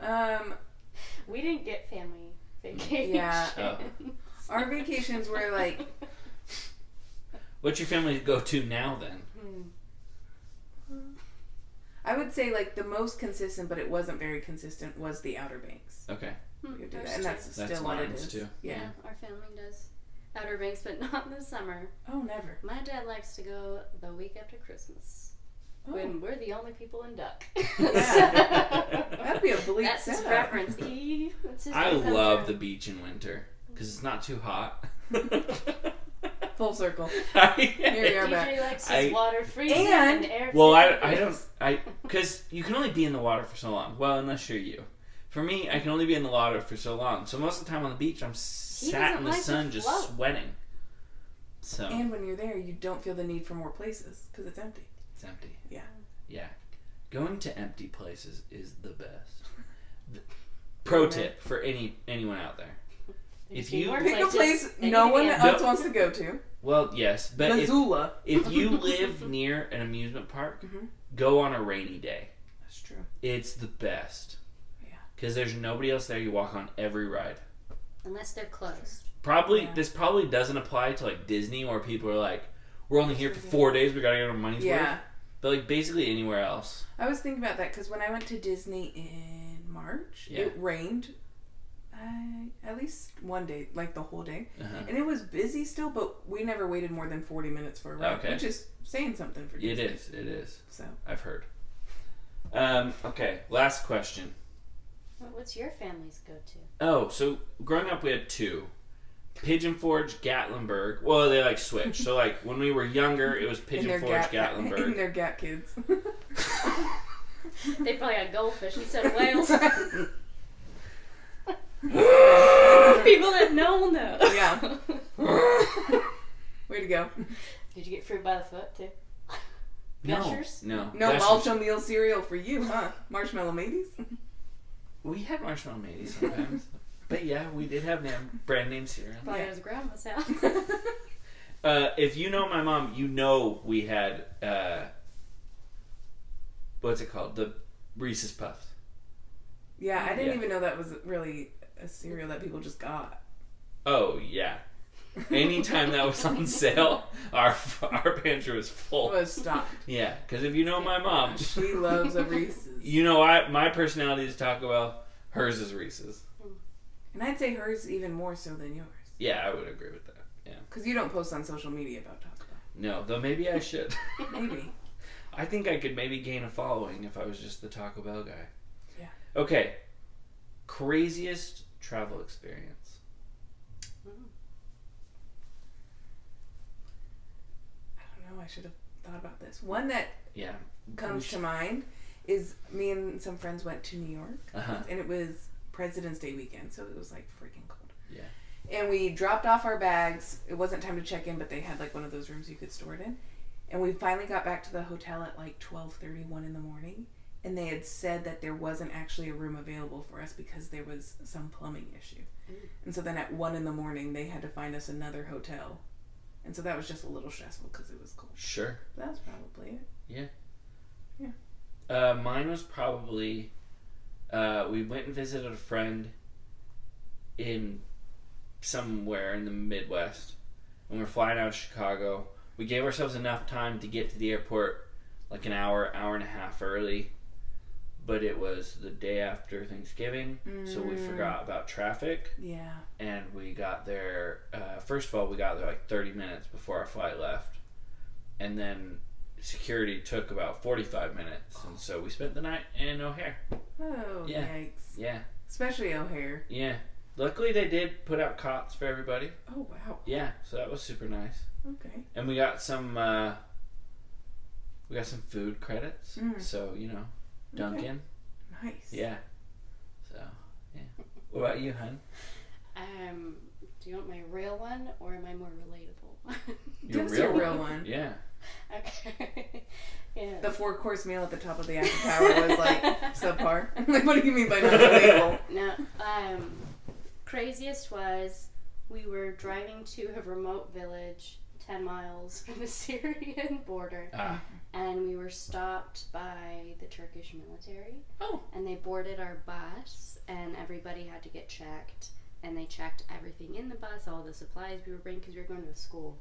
Speaker 2: Um,
Speaker 1: we didn't get family vacation.
Speaker 2: Yeah.
Speaker 3: Oh.
Speaker 2: our vacations were like
Speaker 3: What's your family's go to now then?
Speaker 1: Hmm.
Speaker 2: I would say like the most consistent, but it wasn't very consistent, was the Outer Banks.
Speaker 3: Okay.
Speaker 1: Hmm,
Speaker 2: We would do
Speaker 1: ours
Speaker 2: that, and
Speaker 1: too.
Speaker 2: that's,
Speaker 3: Mm, That's
Speaker 2: still what it
Speaker 3: Lions,
Speaker 2: is.
Speaker 3: too.
Speaker 2: Yeah.
Speaker 1: yeah, our family does Outer Banks, but not in the summer.
Speaker 2: Oh, never.
Speaker 1: My dad likes to go the week after Christmas
Speaker 2: Oh,
Speaker 1: when we're the only people in Duck.
Speaker 3: Yeah.
Speaker 2: Oh, that'd be a bleak
Speaker 1: That's his
Speaker 2: setup.
Speaker 1: preference. He, it's his
Speaker 3: I
Speaker 1: new culture.
Speaker 3: love the beach in winter because it's not too hot.
Speaker 2: Full circle.
Speaker 3: Here
Speaker 2: we are.
Speaker 1: DJ likes
Speaker 3: I-
Speaker 1: his water freezing
Speaker 2: And-
Speaker 1: and, air.
Speaker 3: Well, I,
Speaker 1: free.
Speaker 3: I don't I because you can only be in the water for so long. Well, unless you're you. For me, I can only be in the water for so long. So most of the time on the beach, I'm s-
Speaker 1: He
Speaker 3: sat
Speaker 1: doesn't
Speaker 3: in the
Speaker 1: like to
Speaker 3: sun just
Speaker 1: float.
Speaker 3: sweating. So
Speaker 2: And when you're there, you don't feel the need for more places because it's empty.
Speaker 3: it's empty.
Speaker 2: Yeah.
Speaker 3: yeah. Going to empty places is the best. Th- Pro
Speaker 2: Amen.
Speaker 3: tip for any anyone out there.
Speaker 1: There's
Speaker 3: if
Speaker 1: two
Speaker 3: you-
Speaker 1: more
Speaker 2: Pick a
Speaker 1: places
Speaker 2: place
Speaker 1: that
Speaker 2: no
Speaker 1: you
Speaker 2: one
Speaker 1: can-
Speaker 2: else wants to go to.
Speaker 3: Well, yes, but if,
Speaker 2: Missoula.
Speaker 3: if you live near an amusement park,
Speaker 2: Mhm.
Speaker 3: go on a rainy day.
Speaker 2: That's true.
Speaker 3: It's the best.
Speaker 2: Yeah.
Speaker 3: Because there's nobody else there. You walk on every ride.
Speaker 1: Unless they're closed.
Speaker 3: Probably
Speaker 2: Yeah.
Speaker 3: this probably doesn't apply to like Disney where people are like, we're only here for four days, we gotta get our money's
Speaker 2: Yeah.
Speaker 3: worth. But like basically anywhere else.
Speaker 2: I was thinking about that because when I went to Disney in March,
Speaker 3: Yeah.
Speaker 2: it rained uh, at least one day, like the whole day.
Speaker 3: Uh-huh.
Speaker 2: And it was busy still, but we never waited more than 40 minutes for a ride,
Speaker 3: Okay.
Speaker 2: which is saying something for
Speaker 3: It
Speaker 2: Disney.
Speaker 3: is. It is.
Speaker 2: So,
Speaker 3: I've heard. Um, okay, last question.
Speaker 1: What- What's your family's go to?
Speaker 3: Oh, so growing up we had two. Pigeon Forge, Gatlinburg. Well, they like switched. so like when we were younger, it was
Speaker 2: in
Speaker 3: Pigeon
Speaker 2: their
Speaker 3: Forge,
Speaker 2: gap, in
Speaker 3: Gatlinburg.
Speaker 2: their gap kids.
Speaker 1: They probably got goldfish instead of whales. People that know know.
Speaker 2: Yeah. Way to go.
Speaker 1: Did you get fruit by the foot too?
Speaker 3: no,
Speaker 1: Gushers?
Speaker 3: no,
Speaker 2: No
Speaker 3: Gushers.
Speaker 2: malto meal cereal for you, huh? Marshmallow maybes?
Speaker 3: We had marshmallow mateys sometimes, but yeah, we did have name, brand name cereal.
Speaker 1: Probably
Speaker 2: Yeah.
Speaker 1: at his grandma's house.
Speaker 3: Uh, if you know my mom, you know we had uh, what's it called? The Reese's Puffs.
Speaker 2: yeah, I didn't
Speaker 3: Yeah.
Speaker 2: even know that was really a cereal that people just got.
Speaker 3: Oh yeah. Anytime that was on sale, our our pantry was full.
Speaker 2: was stopped.
Speaker 3: Yeah, because if you know my mom,
Speaker 2: She loves a Reese's.
Speaker 3: you know I my personality is Taco Bell. Hers is Reese's.
Speaker 2: And I'd say hers even more so than yours.
Speaker 3: Yeah, I would agree with that.
Speaker 2: Because you don't post on social media about Taco Bell.
Speaker 3: No, though maybe I should.
Speaker 2: Maybe.
Speaker 3: I think I could maybe gain a following if I was just the Taco Bell guy.
Speaker 2: Yeah.
Speaker 3: Okay. Craziest travel experience.
Speaker 2: I don't know, I should have thought about this. One that
Speaker 3: Yeah.
Speaker 2: comes to mind is me and some friends went to New York.
Speaker 3: Uh-huh.
Speaker 2: and it was President's Day weekend, so it was like freaking cold.
Speaker 3: Yeah.
Speaker 2: And we dropped off our bags. It wasn't time to check in, but they had like one of those rooms you could store it in. And we finally got back to the hotel at like 12:31 in the morning, and they had said that there wasn't actually a room available for us because there was some plumbing issue.
Speaker 1: Mm.
Speaker 2: And so then at 1 in the morning, they had to find us another hotel. And so that was just a little stressful because it was cold.
Speaker 3: Sure.
Speaker 2: That was probably it.
Speaker 3: Uh, mine was probably uh, we went and visited a friend in somewhere in the Midwest, and we we're flying out of Chicago. We gave ourselves enough time to get to the airport, like an hour, hour and a half early, but it was the day after Thanksgiving, so we
Speaker 2: Mm.
Speaker 3: forgot about traffic,
Speaker 2: Yeah.
Speaker 3: and we got there. Uh, first of all, we got there like thirty minutes before our flight left, and then security took about forty-five minutes, and so we spent the night in O'Hare.
Speaker 2: Oh,
Speaker 3: Yeah.
Speaker 2: yikes.
Speaker 3: Yeah.
Speaker 2: Especially O'Hare.
Speaker 3: Yeah. Luckily, they did put out cots for everybody.
Speaker 2: Oh, wow.
Speaker 3: Yeah, so that was super nice.
Speaker 2: Okay.
Speaker 3: And we got some, uh, we got some food credits.
Speaker 2: Mm.
Speaker 3: So you know, Dunkin'.
Speaker 2: Nice.
Speaker 3: Yeah. So yeah. What about you, hun?
Speaker 1: Um, do you want my real one or am I more relatable?
Speaker 2: Give us your real one.
Speaker 3: Yeah.
Speaker 1: okay. yeah.
Speaker 2: The four course meal at the top of the Eiffel Tower was like subpar. like, what do you mean by not available?
Speaker 1: No, um, craziest was we were driving to a remote village 10 miles from the Syrian border
Speaker 3: Ah.
Speaker 1: and we were stopped by the Turkish military.
Speaker 3: Oh.
Speaker 1: And they boarded our bus and everybody had to get checked and they checked everything in the bus, all the supplies we were bringing because we were going to a school.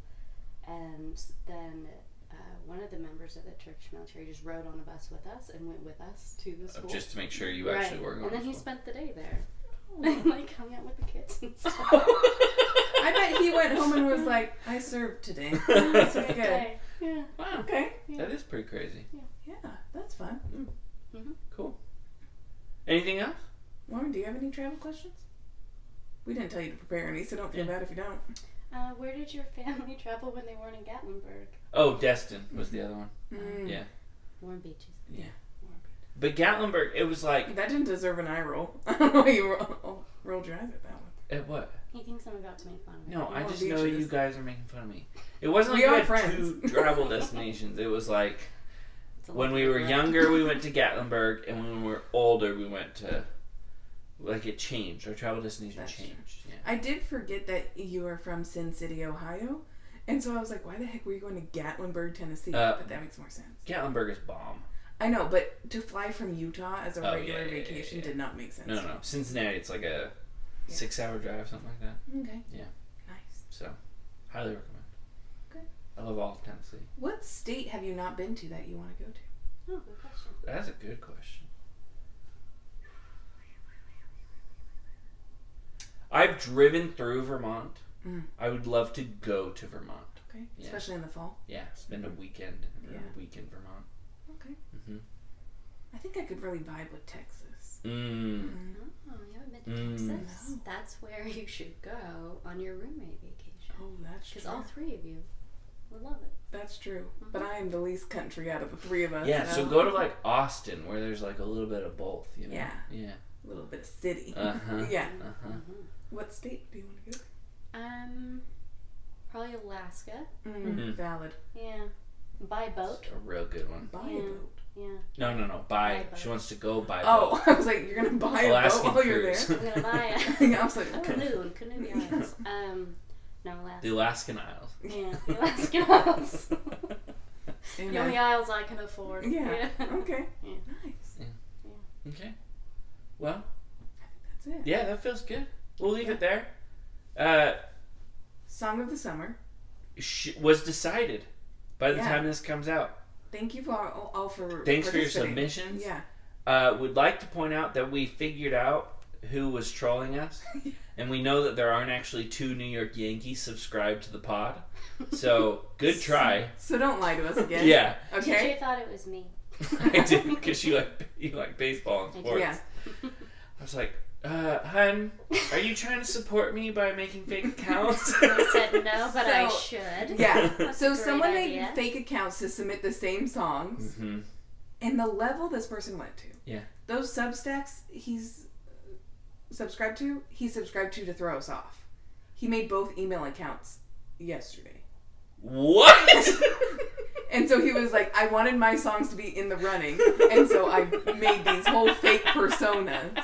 Speaker 1: And then uh, one of the members of the Turkish military just rode on a bus with us and went with us to the school.
Speaker 3: Just to make sure you actually were going.
Speaker 1: And then
Speaker 3: to
Speaker 1: he
Speaker 3: school.
Speaker 1: spent the day there. And like hung out with the kids and stuff.
Speaker 2: I bet he went home and was like, I served today. This was good.
Speaker 1: Okay. Yeah.
Speaker 3: Wow.
Speaker 2: Okay.
Speaker 3: That is pretty crazy.
Speaker 2: Yeah, that's fun.
Speaker 3: Cool. Anything else?
Speaker 2: Lauren, do you have any travel questions? We didn't tell you to prepare any, so don't feel
Speaker 3: Yeah.
Speaker 2: bad if you don't.
Speaker 1: Uh, where did your family travel when they weren't in Gatlinburg?
Speaker 3: Oh, Destin was
Speaker 2: Mm-hmm.
Speaker 3: the other one.
Speaker 2: Mm.
Speaker 3: Yeah.
Speaker 1: Warm beaches.
Speaker 3: But Gatlinburg, it was like
Speaker 2: That didn't deserve an eye roll. I don't know why you roll, rolled your eyes at that one.
Speaker 3: at what?
Speaker 1: He thinks I'm about to make fun of him.
Speaker 3: No, I
Speaker 2: More
Speaker 3: just know
Speaker 2: beaches.
Speaker 3: you guys are making fun of me. It wasn't like
Speaker 2: We
Speaker 3: we
Speaker 2: are
Speaker 3: had two
Speaker 2: friends.
Speaker 3: travel destinations. It was like
Speaker 1: It's a
Speaker 3: when
Speaker 1: lot
Speaker 3: we
Speaker 1: of
Speaker 3: were
Speaker 1: work.
Speaker 3: younger, we went to Gatlinburg, and when we were older, we went to like it changed. Our travel destination
Speaker 2: That's true.
Speaker 3: changed. Yeah.
Speaker 2: I did forget that you are from Sin City, Ohio. And so I was like, why the heck were you going to Gatlinburg, Tennessee?
Speaker 3: Uh,
Speaker 2: but that makes more sense.
Speaker 3: Gatlinburg is bomb.
Speaker 2: I know, but to fly from Utah as a
Speaker 3: Oh,
Speaker 2: regular
Speaker 3: yeah, yeah, yeah,
Speaker 2: vacation
Speaker 3: yeah.
Speaker 2: did not make sense.
Speaker 3: No, no, no. Cincinnati, it's like a
Speaker 2: Yeah.
Speaker 3: six-hour drive, something like that.
Speaker 2: Okay.
Speaker 3: Yeah.
Speaker 2: Nice.
Speaker 3: So, highly recommend.
Speaker 2: Good.
Speaker 3: I love all of Tennessee.
Speaker 2: What state have you not been to that you want to go to?
Speaker 1: Oh, good question.
Speaker 3: That's a good question. I've driven through Vermont.
Speaker 2: Mm.
Speaker 3: I would love to go to Vermont.
Speaker 2: Okay.
Speaker 3: Yeah.
Speaker 2: Especially in the fall.
Speaker 3: Yeah, spend a weekend or
Speaker 2: Yeah.
Speaker 3: a week in Vermont.
Speaker 2: Okay.
Speaker 3: Mhm.
Speaker 2: I think I could really vibe with Texas.
Speaker 3: Mm.
Speaker 1: Oh, you haven't been to
Speaker 3: Mm.
Speaker 1: Texas?
Speaker 2: No.
Speaker 1: That's where you should go on your roommate vacation.
Speaker 2: Oh, that's
Speaker 1: Because
Speaker 2: true. Mm-hmm.
Speaker 1: all three of you would love it.
Speaker 2: That's true. But I am the least country out of the three of us.
Speaker 3: Yeah, so go to like Austin where there's like a little bit of both, you know?
Speaker 2: Yeah.
Speaker 3: Yeah.
Speaker 2: a little bit of city.
Speaker 3: Uh-huh.
Speaker 2: yeah.
Speaker 3: Uh-huh.
Speaker 2: What state do you want to go?
Speaker 1: Mm-hmm. Um, probably Alaska.
Speaker 2: Mm,
Speaker 3: Mhm.
Speaker 2: Valid.
Speaker 1: Yeah. By boat.
Speaker 3: It's a real good one.
Speaker 2: Buy
Speaker 1: Yeah.
Speaker 2: a boat.
Speaker 1: Yeah.
Speaker 3: No, no, no. Buy.
Speaker 1: Buy boat.
Speaker 3: She wants to go buy. boat.
Speaker 2: Oh, I was like, you're gonna buy a
Speaker 3: Alaskan
Speaker 2: boat while you're
Speaker 3: cruise.
Speaker 2: there.
Speaker 1: I'm gonna buy it.
Speaker 2: yeah, I was like,
Speaker 1: Oh, canoe and canoe yards. Um, no,
Speaker 3: the
Speaker 1: Alaska.
Speaker 3: Alaskan Isles.
Speaker 1: Yeah, the Alaskan Isles. the only
Speaker 2: Amen.
Speaker 1: isles I can afford.
Speaker 2: Yeah. Okay.
Speaker 1: Yeah.
Speaker 2: Nice.
Speaker 3: okay. Well,
Speaker 2: That's it.
Speaker 3: yeah, that feels good. We'll leave it there. Uh,
Speaker 2: Song of the summer.
Speaker 3: sh- was decided by the
Speaker 2: Yeah.
Speaker 3: time this comes out.
Speaker 2: Thank you for all, all for
Speaker 3: Thanks for your
Speaker 2: participating.
Speaker 3: submissions.
Speaker 2: Yeah.
Speaker 3: Uh, would like to point out that we figured out who was trolling us, and we know that there aren't actually two New York Yankees subscribed to the pod. So good try.
Speaker 2: So don't lie to us again.
Speaker 3: Yeah,
Speaker 2: Okay.
Speaker 1: TJ thought it was me.
Speaker 3: I did because you like you like baseball and
Speaker 1: I do.
Speaker 3: sports.
Speaker 2: Yeah.
Speaker 3: I was like, uh, hun, are you trying to support me by making fake accounts?
Speaker 1: I said no, but I
Speaker 2: So-
Speaker 1: should.
Speaker 2: Yeah.
Speaker 1: That's
Speaker 2: so
Speaker 1: a great
Speaker 2: someone
Speaker 1: idea.
Speaker 2: made fake accounts to submit the same songs,
Speaker 1: Mm-hmm.
Speaker 3: hmm
Speaker 2: and the level this person went to.
Speaker 3: Yeah.
Speaker 2: Those Substacks he's uh, subscribed to, he subscribed to to throw us off. He made both email accounts yesterday.
Speaker 3: What?
Speaker 2: And so he was like, I wanted my songs to be in the running, and so I made these whole fake personas.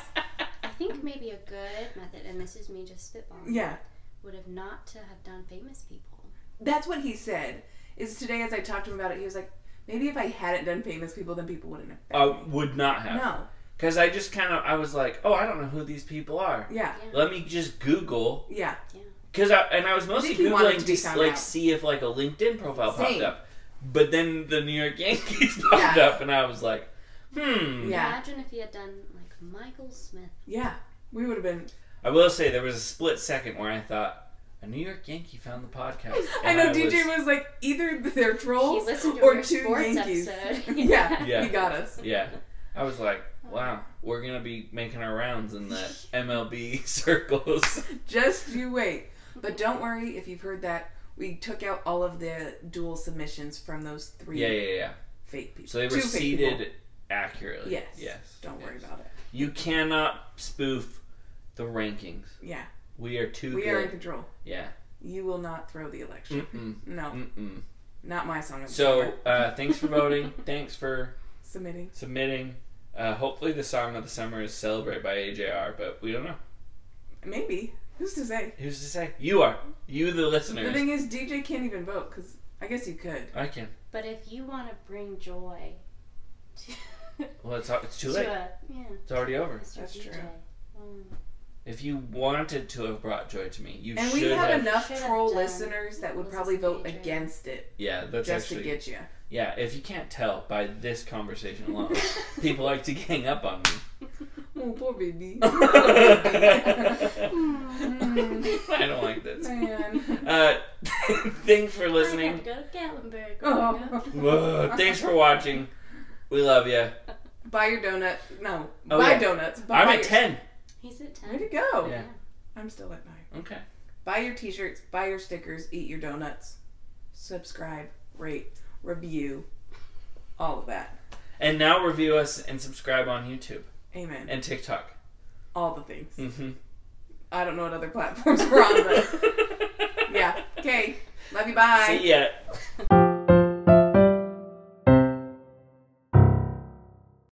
Speaker 1: I think maybe a good method, and this is me just spitballing,
Speaker 2: Yeah,
Speaker 1: would have not to have done famous people.
Speaker 2: that's what he said. Is today as I talked to him about it, he was like, maybe if I hadn't done famous people, then people wouldn't have.
Speaker 3: I would not have.
Speaker 2: No,
Speaker 3: Because I just kind of, I was like, oh, I don't know who these people are.
Speaker 2: yeah,
Speaker 3: Let me just Google.
Speaker 2: yeah,
Speaker 3: Cause I, and I was mostly
Speaker 2: think he wanted
Speaker 3: Googling
Speaker 2: to be
Speaker 3: to s-
Speaker 2: found
Speaker 3: like
Speaker 2: out.
Speaker 3: see if like a LinkedIn profile popped
Speaker 2: Same.
Speaker 3: up. But then the New York Yankees popped
Speaker 2: Yeah.
Speaker 3: up and I was like, hmm.
Speaker 2: Yeah.
Speaker 1: Imagine if he had done like Michael Smith.
Speaker 2: yeah. We would have been.
Speaker 3: I will say there was a split second where I thought, a New York Yankee found the podcast.
Speaker 2: I
Speaker 3: and
Speaker 2: know DJ
Speaker 3: was-
Speaker 2: was... like, either they're trolls
Speaker 1: He listened to
Speaker 2: or
Speaker 1: our
Speaker 2: two
Speaker 1: sports
Speaker 2: Yankees.
Speaker 1: episode.
Speaker 2: yeah,
Speaker 3: Yeah.
Speaker 2: he got us.
Speaker 3: Yeah. I was like, wow, we're going to be making our rounds in the MLB circles.
Speaker 2: Just you wait. But don't worry if you've heard that. We took out all of the dual submissions from those three
Speaker 3: Yeah, yeah, yeah.
Speaker 2: fake people.
Speaker 3: So they were
Speaker 2: Two fake people.
Speaker 3: seated accurately.
Speaker 2: Yes.
Speaker 3: Yes.
Speaker 2: Don't worry
Speaker 3: Yes.
Speaker 2: about it.
Speaker 3: You cannot spoof the rankings.
Speaker 2: Yeah,
Speaker 3: We are too
Speaker 2: we
Speaker 3: good.
Speaker 2: are in control.
Speaker 3: Yeah.
Speaker 2: You will not throw the election.
Speaker 3: Mm-mm.
Speaker 2: No,
Speaker 3: Mm-mm.
Speaker 2: not my song. of the
Speaker 3: Mm. So,
Speaker 2: summer.
Speaker 3: uh, thanks for voting. thanks for
Speaker 2: submitting.
Speaker 3: submitting. Uh, hopefully, the song of the summer is "Celebrate" by AJR, but we don't know.
Speaker 2: Maybe who's to say?
Speaker 3: Who's to say? You are. You, the
Speaker 2: The
Speaker 3: listeners.
Speaker 2: thing is, DJ can't even vote because I guess you could.
Speaker 3: I can.
Speaker 1: But if you want to bring joy to,
Speaker 3: Well, it's, it's too
Speaker 1: to
Speaker 3: late.
Speaker 1: a, yeah,
Speaker 3: It's already over.
Speaker 1: Mr.
Speaker 2: That's
Speaker 1: DJ.
Speaker 2: true.
Speaker 1: Mm.
Speaker 3: If you wanted to have brought joy to me, you
Speaker 2: And
Speaker 3: should
Speaker 2: we have,
Speaker 3: have.
Speaker 2: enough
Speaker 1: Should have
Speaker 2: troll
Speaker 1: done.
Speaker 2: listeners that would
Speaker 1: Was
Speaker 2: probably
Speaker 1: this
Speaker 2: vote
Speaker 1: major?
Speaker 2: against it
Speaker 3: Yeah, that's
Speaker 2: just
Speaker 3: actually.
Speaker 2: to get you.
Speaker 3: Yeah, if you can't tell by this conversation alone, people like to gang up on me.
Speaker 2: Oh, poor baby.
Speaker 3: I don't like this.
Speaker 2: Man.
Speaker 3: Uh, thanks for
Speaker 1: I had
Speaker 3: listening.
Speaker 1: to go to Gatlinburg.
Speaker 2: Oh.
Speaker 3: Whoa, thanks for watching. We love you.
Speaker 2: Buy your donut. No,
Speaker 3: Oh,
Speaker 2: buy
Speaker 3: yeah.
Speaker 2: donuts. Buy
Speaker 3: I'm
Speaker 2: your-
Speaker 3: at ten.
Speaker 1: He's at 10.
Speaker 2: Way to go.
Speaker 3: Yeah.
Speaker 2: I'm still at nine.
Speaker 3: Okay.
Speaker 2: Buy your t-shirts. Buy your stickers. Eat your donuts. Subscribe. Rate. Review. All of that.
Speaker 3: And now review us and subscribe on YouTube
Speaker 2: Amen.
Speaker 3: and TikTok.
Speaker 2: All the things.
Speaker 3: Mm-hmm.
Speaker 2: I don't know what other platforms we're on, but yeah. Okay. Love you. Bye.
Speaker 3: See ya.